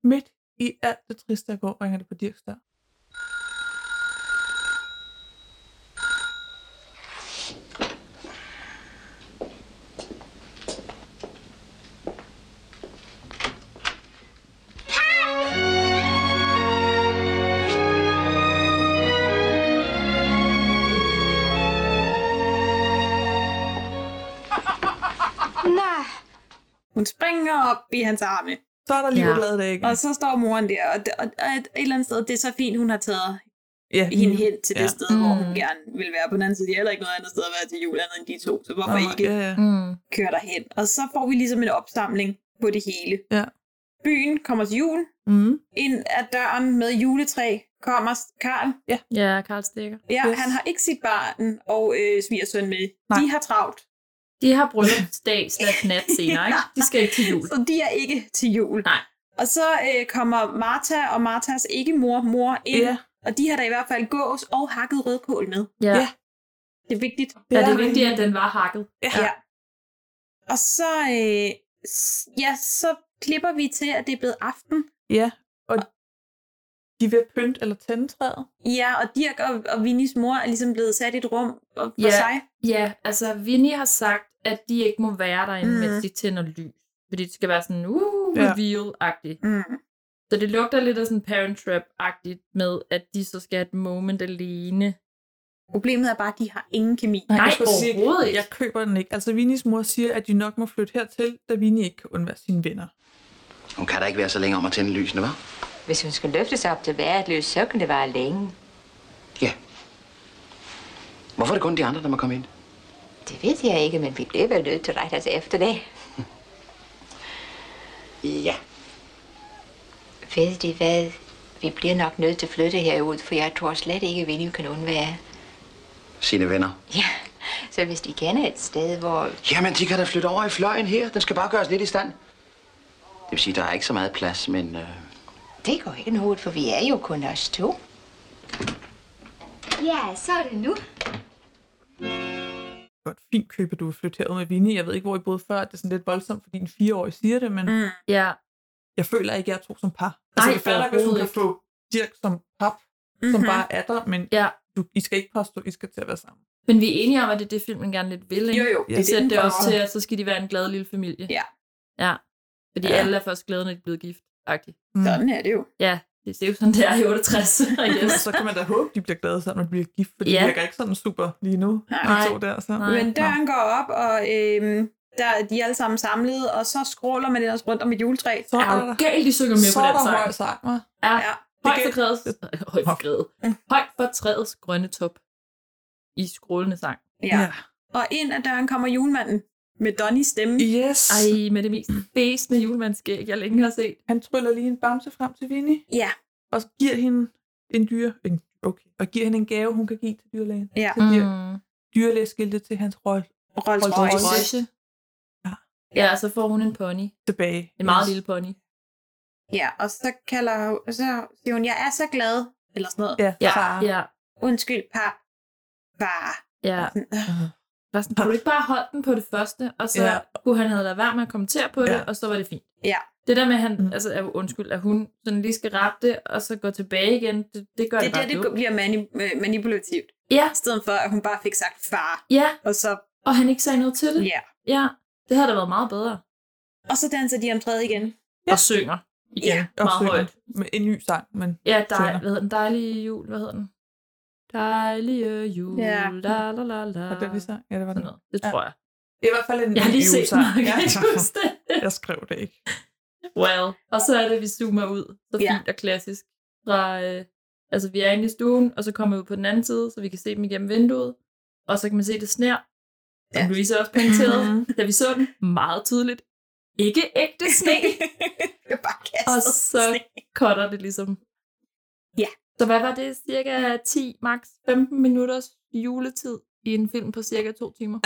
S8: Midt i alt det triste, der går, ringer det på Dirks dør.
S9: Nej. Hun springer op i hans arme.
S8: Så er der lige glad dag igen.
S9: Og så står moren der, og, og, og et, et eller andet sted, det er så fint, hun har taget
S8: Ja,
S9: hende hen til det
S8: ja.
S9: sted, hvor hun gerne vil være. På den anden side, de er heller ikke noget andet sted at være til jul andet end de to, så hvorfor
S8: Nej,
S9: ikke
S8: ja, ja.
S10: Mm.
S9: køre derhen? Og så får vi ligesom en opsamling på det hele.
S8: Ja.
S9: Byen kommer til jul,
S8: Mm.
S9: ind ad døren med juletræ kommer Karl.
S8: Ja,
S10: Ja, Karl Stikker.
S9: ja yes. han har ikke sit barn og øh, svigersøn med. Nej. De har travlt.
S10: De har bryllupsdag slash nat senere, ikke? De skal ikke til jul.
S9: Så de er ikke til jul.
S10: Nej.
S9: Og så øh, kommer Martha og Marthas ikke-mor, mor ind,
S8: Ja.
S9: og de har da i hvert fald gås og hakket rødkål med.
S10: Ja.
S9: Det er vigtigt.
S10: Ja, det er vigtigt, at den var hakket.
S9: Ja. ja. Og så, øh, s- ja, så klipper vi til, at det er blevet aften.
S8: Ja, og de vil pynte eller tænde træet.
S9: Ja, og Dirk og, og Vinnies mor er ligesom blevet sat i et rum for for
S10: ja,
S9: sig.
S10: Ja, altså Vinnie har sagt, at de ikke må være derinde,
S9: Mm.
S10: mm. mens de tænder lys. Fordi det skal være sådan, uh,
S9: Ja.
S10: reveal-agtigt.
S9: Mm.
S10: Så det lugter lidt af sådan parent trap-agtigt med, at de så skal have et moment alene.
S9: Problemet er bare, at de har ingen kemi.
S10: Nej,
S8: jeg skulle sige,
S10: overhovedet ikke.
S8: Jeg køber den ikke. Altså, Vinis mor siger, at de nok må flytte hertil, da Vini ikke kan undvære sine venner.
S1: Hun kan da ikke være så længe om at tænde lysene, hva'?
S15: Hvis hun skulle løfte sig op til værtløs, så kunne det være længe.
S1: Hvorfor er det kun de andre, der må komme ind?
S15: Det ved jeg ikke, men vi bliver vel nødt til at rette os efter det.
S1: Ja.
S15: Ved de hvad? Vi bliver nok nødt til at flytte herud, for jeg tror slet ikke, at Vinnie kan undvære.
S1: Sine venner.
S15: Ja, så hvis de kender et sted, hvor...
S1: Jamen, de kan da flytte over i fløjen her. Den skal bare gøres lidt i stand. Det vil sige, der er ikke så meget plads, men... Øh...
S15: Det går ikke noget, for vi er jo kun os to.
S13: Ja, så er det nu.
S8: Godt, fint købe, du vil flytte herud med Vini. Jeg ved ikke, hvor I boede før. Det er sådan lidt voldsomt, fordi en fireårig siger det, men
S9: mm.
S10: Ja.
S8: jeg føler ikke, jeg er to som par. Altså,
S10: Nej,
S8: jeg fatter ikke, hvis hun
S10: overhovedet
S8: kan få Dirk som pap, mm-hmm. som
S10: Mhm.
S8: bare er der, men
S10: Ja.
S8: du, I skal ikke påstå, I skal til at være sammen.
S10: Men vi er enige om, at det er det, filmen gerne lidt vil,
S8: Jo,
S10: ikke?
S8: jo, det er
S10: De
S8: det,
S10: sætter
S8: den
S10: det også
S8: prøver.
S10: til, at så skal de være en glad lille familie.
S9: Ja.
S10: Ja. Fordi
S9: Ja.
S10: ja. alle er først glade, når de er blevet gift. Agtigt.
S8: Mm.
S9: Sådan er det jo.
S10: Ja, det det er jo sådan, det er i 68. I guess.
S8: så kan man da håbe, de bliver glade sammen, når de bliver gift, for det
S10: Ja.
S8: yeah. virker ikke sådan super lige nu. De
S9: Nej.
S8: to der, så.
S9: Men døren går op, og øhm, der, er de er alle sammen samlet, og så scroller man ellers rundt om et juletræ.
S8: Så er der
S10: galt, de synger med
S8: så
S10: på
S8: er
S10: den
S8: der
S10: sang.
S8: høj sang, hva'?
S10: Ja.
S9: ja.
S10: Højt for, grædets, højt, for grædet. højt for træets grønne top i skrålende sang.
S9: Ja. ja. Og ind ad døren kommer julemanden med Donnys stemme.
S8: Yes.
S10: Ej, med det mest fæsende julemandsskæg, jeg længe har set.
S8: Han tryller lige en bamse frem til Vinnie.
S9: Ja.
S8: Og så giver hende en dyr... En, okay. Og giver hende en gave, hun kan give til dyrlægen.
S9: Ja.
S8: Til dyr,
S10: Mm.
S8: dyrlægeskiltet til hans Rolls
S9: Rolls Royce.
S10: Ja, og så får hun en pony.
S8: Tilbage.
S10: En meget lille pony.
S9: Ja, og så, kalder, og så siger hun, jeg er så glad, eller sådan noget.
S8: Ja, Ja, far.
S10: ja.
S9: Undskyld, par. Far.
S10: Ja.
S8: Mhm.
S10: Bare sådan, kunne du ikke bare holde den på det første, og så
S9: Ja.
S10: ja. kunne han have lavet være med at kommentere på det,
S9: Ja.
S10: og så var det fint.
S9: Ja,
S10: Det der med, at, han, mm. altså, at, undskyld, at hun sådan lige skal rappe det, og så gå tilbage igen, det, det gør
S9: det er
S10: det,
S9: der, det går- bliver mani- øh, manipulativt.
S10: Ja.
S9: I stedet for, at hun bare fik sagt far.
S10: Ja.
S9: Og så...
S10: Og han ikke sagde noget til det.
S9: Ja.
S10: Ja, det havde da været meget bedre.
S9: Og så danser de om træet igen.
S10: Ja. Og synger igen. Ja,
S8: Og
S10: meget
S8: synger
S10: højt. Ah.
S8: Med en ny sang, men
S10: Ja, der,
S8: synger.
S10: hvad hedder den? Dejlige jul, hvad hedder den? Dejlige jul,
S8: Ja.
S10: ja. la la la la.
S8: Var det, vi sang? Ja, det var
S10: Sådan noget. Det tror jeg.
S8: Det er i hvert fald en
S10: Jeg har lige set
S8: julesang.
S10: den, og jeg kan ikke huske
S8: Jeg skrev det ikke.
S10: Well. Og så er det, vi zoomer ud. Så fint
S8: Ja.
S10: og klassisk. Fra, øh, altså, vi er inde i stuen, og så kommer vi ud på den anden side, så vi kan se dem igennem vinduet. Og så kan man se det sner, som ja. Louise også pointerede, da vi så den meget tydeligt. Ikke ægte sne. og så cutter det ligesom.
S9: Ja.
S10: Så hvad var det? Cirka 10, max 15 minutters juletid i en film på cirka to timer.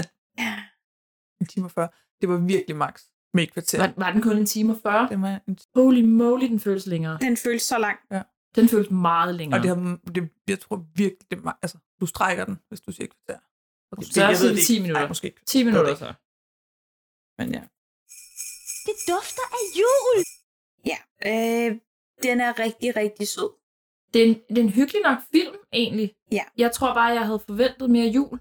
S8: En time og 40. Det var virkelig max med et kvarter.
S10: Var, var den kun en time og 40?
S8: Det var en...
S10: Holy moly, den føles længere.
S9: Den føles så lang.
S8: Ja.
S10: Den føles meget længere.
S8: Og det, har, det, jeg tror virkelig, det er ma- altså, du strækker den, hvis du siger et kvarter. Og
S10: Så er det
S8: ved
S10: 10
S8: ikke.
S10: minutter.
S8: Ej, måske ikke.
S10: 10 minutter
S8: Jeg ved det ikke. Men ja.
S9: Det dufter af jul! Ja, øh, den er rigtig, rigtig sød.
S10: Det er, en, det er en hyggelig nok film, egentlig.
S9: Ja.
S10: Jeg tror bare, jeg havde forventet mere jul.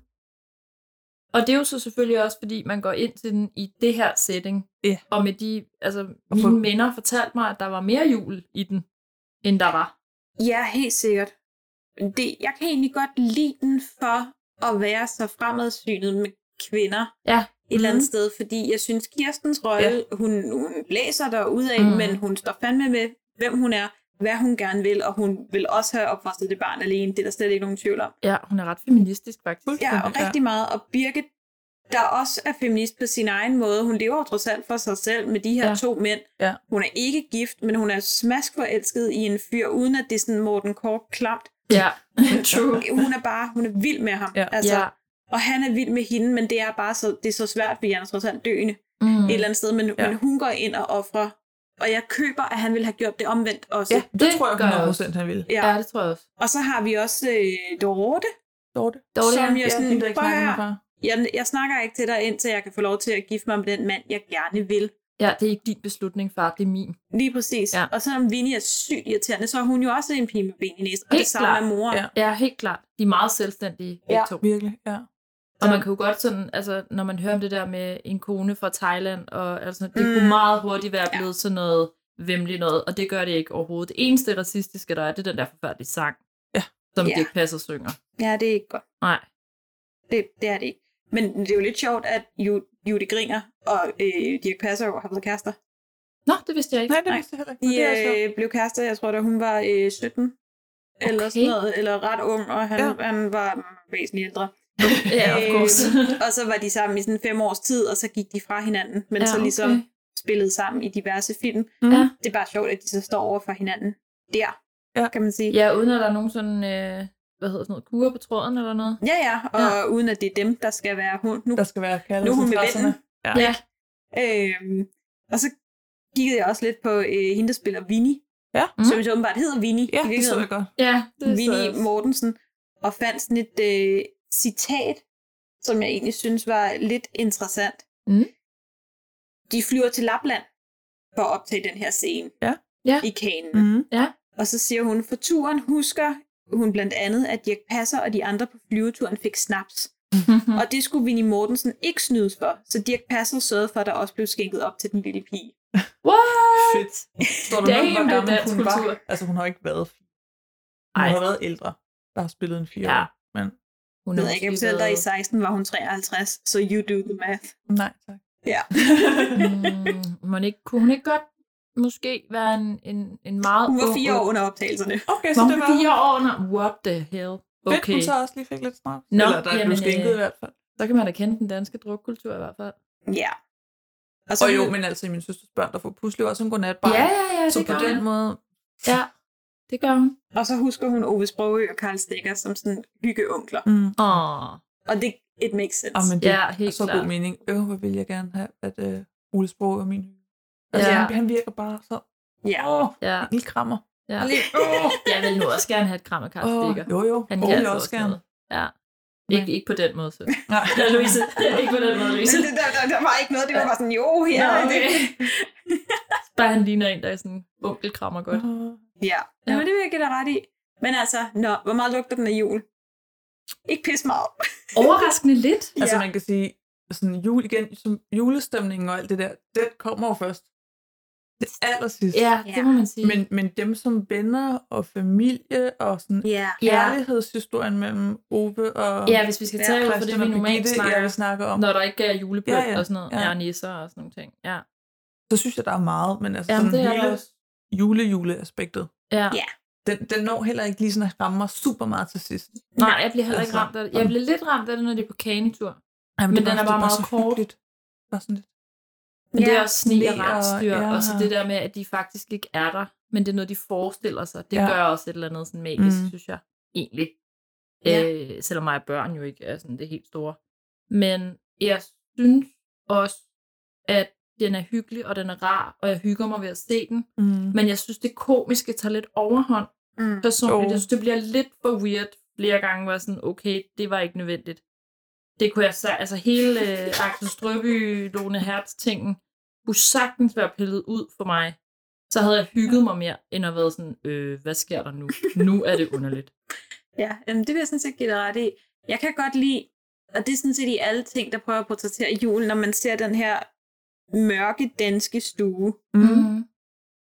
S10: Og det er jo så selvfølgelig også, fordi man går ind til den i det her setting.
S8: Ja.
S10: Og med de, altså, mine venner fortalte mig, at der var mere jul i den, end der var.
S9: Ja, helt sikkert. Det, jeg kan egentlig godt lide den for at være så fremadsynet med kvinder
S10: ja.
S9: et eller andet sted, fordi jeg synes, Kirstens rolle, ja. hun, hun læser der ud af, mm.
S10: Mm.
S9: men hun står fandme med, hvem hun er, hvad hun gerne vil, og hun vil også have opfostret det barn alene. Det er der slet ikke nogen tvivl om.
S10: Ja, hun er ret feministisk faktisk.
S9: Ja, og rigtig meget. Og Birgit, der også er feminist på sin egen måde, hun lever jo trods alt for sig selv med de her ja. to mænd.
S8: Ja.
S9: Hun er ikke gift, men hun er smaskforelsket i en fyr, uden at det er sådan Morten Kork klamt.
S10: Ja, true.
S9: Hun er bare, hun er vild med ham. altså.
S10: Ja. Ja.
S9: Og han er vild med hende, men det er bare så, det er så svært, fordi han er trods alt døende
S10: Mm.
S9: et eller andet sted. Men, ja. men hun går ind og offrer, og jeg køber, at han ville have gjort det omvendt også.
S8: Ja, det, det tror jeg 100% han ville.
S9: Ja. ja,
S10: det tror jeg også.
S9: Og så har vi også øh, Dorte.
S8: Dorte.
S9: Som jeg sådan,
S8: der
S9: ja,
S8: ikke snakker med far.
S9: jeg, jeg snakker ikke til dig, indtil jeg kan få lov til at gifte mig med den mand, jeg gerne vil.
S10: Ja, det er ikke din beslutning, far. Det er min.
S9: Lige præcis. Ja. Og selvom Vinnie er sygt irriterende, så er hun jo også en pige med ben i næsen. Og det samme er mor.
S10: Ja. ja, helt klart. De er meget selvstændige, begge
S9: Ja.
S10: to.
S8: Virkelig, ja.
S10: Og man kan jo godt sådan, altså, når man hører om det der med en kone fra Thailand, og altså, det mm. kunne meget hurtigt være blevet ja. sådan noget vemmelig noget, og det gør det ikke overhovedet. Det eneste racistiske, der er, det er den der forfærdelige sang,
S8: ja.
S10: som
S9: Ja.
S10: ja. det passer synger.
S9: Ja, det er ikke godt.
S10: Nej.
S9: Det, det er det ikke. Men det er jo lidt sjovt, at Ju- Judy Griner og øh, Dirk Passer har blevet kærester.
S10: Nå, det vidste jeg ikke.
S8: Nej, det vidste jeg heller ikke.
S9: De
S8: men det er altså sjovt.
S9: øh, blev kærester, jeg tror da hun var øh, 17. Okay. Eller sådan noget, eller ret ung, og han, ja. han var mm, væsentligt ældre.
S10: Ja, of course.
S9: og så var de sammen i sådan fem års tid, og så gik de fra hinanden, men ja,
S10: Ja,
S9: så ligesom
S10: okay.
S9: spillede sammen i diverse film.
S10: Ja.
S9: Det er bare sjovt, at de så står over for hinanden der,
S8: ja.
S9: kan man sige.
S10: Ja, uden at der er nogen sådan, øh, hvad hedder sådan noget, kuger på tråden eller noget.
S9: Ja, ja, og ja. uden at det er dem, der skal være hun. Nu,
S8: der skal være
S9: Nu er hun med vennen.
S8: Ja.
S10: ja.
S9: Øhm, og så kiggede jeg også lidt på øh, hende, der spiller Vinnie.
S8: Ja.
S9: Mm. Som jo åbenbart hedder Vinnie.
S8: Ja, det så jeg godt.
S10: Ja, det så jeg
S9: Vinnie
S10: også.
S9: Mortensen. Og fandt sådan et øh, citat, som jeg egentlig synes var lidt interessant.
S10: Mm.
S9: De flyver til Lapland for at optage den her scene
S8: ja.
S10: Ja.
S9: i kanen.
S8: Mm.
S10: Ja.
S9: Og så siger hun, for turen husker hun blandt andet, at Dirk Passer og de andre på flyveturen fik snaps.
S10: Mm.
S9: og det skulle Vinnie Mortensen ikke snydes for, så Dirk Passer sørgede for, at der også blev skænket op til den lille pige.
S10: What?
S8: Fedt. Står du nok,
S9: Damn,
S8: hvor
S9: det er
S8: gammel
S9: dansk
S8: hun
S9: kultur.
S8: var? Altså, hun har ikke været fire. Hun
S9: Ej.
S8: har været ældre, der har spillet en fire
S9: Ja.
S8: år. Men
S9: Hun ved jeg ikke, om selv der i 16 var hun 53, så you do the math.
S8: Nej, tak.
S9: Ja.
S10: mm, må ikke, kunne hun ikke godt måske være en, en, en meget...
S9: Hun var
S10: ung-
S9: fire år under optagelserne.
S8: Okay,
S10: Var hun fire år under? What the hell?
S8: Fedt,
S10: Okay.
S8: hun så også lige fik lidt snart.
S10: Nå,
S8: Eller der blev
S10: jamen,
S8: skænket
S10: øh,
S8: i hvert fald.
S10: Så kan man da kende den danske drukkultur i hvert fald.
S9: Ja.
S8: Og, så, og jo, men altså, min søsters børn, der får pusle også en godnatbar.
S10: Ja, ja, ja,
S8: Så
S10: det
S8: på
S10: gør
S8: den
S10: man.
S8: måde,
S10: Ja, det gør hun.
S9: Og så husker hun Ove Sprogø og Karl Stikker som sådan hyggeunkler.
S8: Mm.
S10: Åh.
S9: Og det it makes sense.
S8: ah, men det ja, helt er så god mening. Øh, hvor vil jeg gerne have, at øh, Ole Sprog er min Altså,
S10: Ja.
S8: ja. han, han virker bare så...
S9: Ja.
S8: Åh,
S10: ja.
S8: en lille krammer.
S10: Ja.
S8: Lige-
S10: Jeg vil nu også gerne have et kram af Karl
S8: Åh,
S10: Stikker.
S8: jo, jo.
S10: Han
S8: Åh,
S10: kan
S8: jeg
S10: altså
S8: også
S10: også
S8: gerne.
S10: noget. Ja. Ikke, ikke på den måde, så.
S8: Nej.
S10: Ja, Louise. Ja, ikke på den måde, Louise.
S9: Men det- Der, der, der var ikke noget, det var bare sådan, jo, ja.
S10: Nå,
S9: det-
S10: okay. Der han ligner en, der er sådan, onkel krammer godt.
S9: Ja, ja. men det vil jeg give dig ret i. Men altså, nå, hvor meget lugter den af jul? Ikke pis meget.
S10: Overraskende lidt.
S8: Ja. Altså man kan sige, sådan jul igen, som julestemningen og alt det der, den kommer jo først. Det allersidst.
S10: Ja, det må man sige.
S8: Men, men dem som venner og familie og sådan
S9: ja.
S8: kærlighedshistorien mellem Ove og
S10: Ja, hvis vi skal tage ud fra det,
S8: Christian
S10: vi
S8: og
S10: normalt
S8: Birgitte,
S10: snakker,
S8: jeg vil snakke om.
S10: Når der ikke er julebøl
S8: Ja, ja,
S10: og sådan noget.
S8: ja.
S10: Ja. nisser og sådan nogle ting. Ja.
S8: Så synes jeg, der er meget, men altså
S10: Jamen,
S8: sådan
S10: det er der
S8: hele
S10: også.
S8: jule-jule-aspektet.
S10: Ja.
S9: ja.
S8: Den, den når heller ikke lige sådan at ramme mig super meget til sidst.
S10: Nej, jeg bliver heller
S8: Altså,
S10: ikke ramt af det. Jeg bliver lidt ramt af det, når det er på kanetur.
S8: Ej,
S10: men
S8: det
S10: den er
S8: det
S10: bare meget
S8: så
S10: kort.
S8: hyggeligt. Bare sådan lidt.
S10: Men ja, det
S8: Ja,
S10: er også sne og
S8: sne og-
S10: rensdyr,
S8: ja.
S10: og så det der med, at de faktisk ikke er der, men det er noget, de forestiller sig. Det
S8: Ja.
S10: ja. gør også et eller andet sådan magisk,
S8: Mm.
S10: mm. synes jeg, egentlig.
S8: Ja.
S10: Ja. Øh, selvom mig og børn jo ikke er sådan det helt store. Men jeg synes også, at den er hyggelig, og den er rar, og jeg hygger mig ved at se den.
S8: Mm.
S10: Men jeg synes, det komiske tager lidt overhånd
S9: mm.
S10: personligt.
S8: Jo.
S10: Jeg synes, det bliver lidt for weird flere gange, hvor jeg sådan, okay, det var ikke nødvendigt. Det kunne jeg sige. Altså hele øh, Axel Strøby, Lone Hertz-tingen, kunne sagtens være pillet ud for mig. Så havde jeg hygget mig mere, end at være sådan, øh, hvad sker der nu? Nu er det underligt.
S9: Ja, øhm, det vil jeg sådan set give dig ret i. Jeg kan godt lide, og det er sådan set i alle ting, der prøver at portrættere julen, når man ser den her mørke danske stue.
S10: Mm.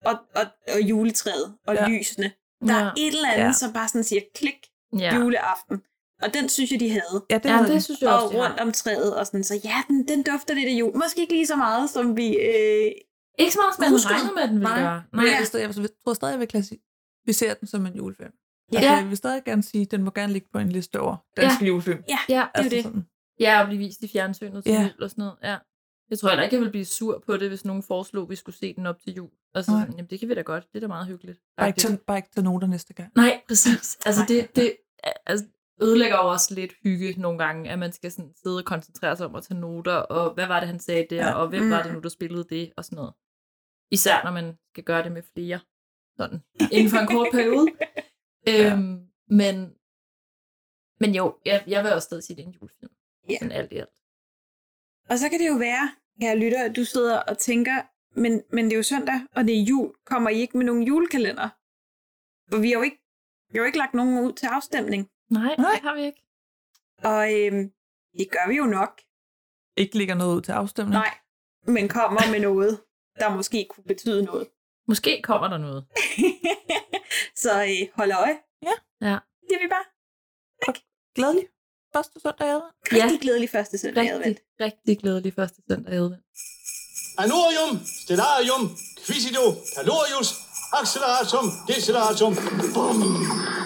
S9: Og, og, og juletræet og ja.
S10: Ja.
S9: lysene. Der er
S10: Ja.
S9: et eller andet,
S10: Ja.
S9: som bare sådan siger klik
S10: Ja.
S9: juleaften. Og den synes jeg, de havde.
S8: Ja, det Ja, havde det de.
S10: synes jeg
S9: og
S10: også, de
S9: rundt om træet og sådan. Så ja, den, den dufter lidt af jul. Måske ikke lige så meget, som vi... Øh,
S10: ikke så meget,
S9: som man regner med, den ville
S8: Nej,
S9: gøre.
S8: Nej.
S9: Nej.
S8: Jeg, vil stadig, jeg tror stadig, jeg vil klassificere den som en julefilm.
S10: Ja.
S8: Altså, jeg vil stadig gerne sige, at den må gerne ligge på en liste over danske ja. julefilm.
S9: Ja,
S10: ja
S8: det er jo Altså det. sådan.
S10: Ja, og blive vist i fjernsynet til
S8: Ja.
S10: ja. jul og sådan noget. Ja. Jeg tror heller ikke, jeg ville blive sur på det, hvis nogen foreslog, at vi skulle se den op til jul. Og så
S8: Nej.
S10: sådan, jamen det kan vi da godt. Det er da meget hyggeligt.
S8: Bare ikke, tage, bare ikke tage noter næste gang.
S10: Nej, præcis. Altså, det, det altså, ødelægger jo også lidt hygge nogle gange, at man skal sådan sidde og koncentrere sig om at tage noter, og hvad var det, han sagde der,
S8: Ja.
S10: ja. og hvem var det
S8: Mm.
S10: nu, der spillede det, og sådan noget. Især når man skal gøre det med flere, sådan, inden for en kort periode.
S8: Ja.
S10: øhm, men, men jo, jeg, jeg vil også stadig sige, det er en julefilm.
S9: Ja.
S10: Sådan alt i alt.
S9: Og så kan det jo være, kære lytter, at du sidder og tænker, men, men det er jo søndag, og det er jul. Kommer I ikke med nogen julekalender? For vi har jo ikke, vi har jo ikke lagt nogen ud til afstemning.
S10: Nej, Nej. det har vi ikke.
S9: Og øhm, det gør vi jo nok.
S8: Ikke ligger noget ud til afstemning.
S9: Nej, men kommer med noget, der måske kunne betyde noget.
S10: Måske kommer der noget.
S9: Så øh, hold øje.
S8: Ja.
S10: ja.
S9: Det vil vi bare.
S8: Glædelig. Første søndag i advent.
S9: Rigtig ja. glædelig første søndag i
S10: Rigtig,
S9: advent.
S10: rigtig glædelig første søndag i advent.
S16: Anorium, stellarium, quisido, calorius, acceleratum, deceleratum. Bum.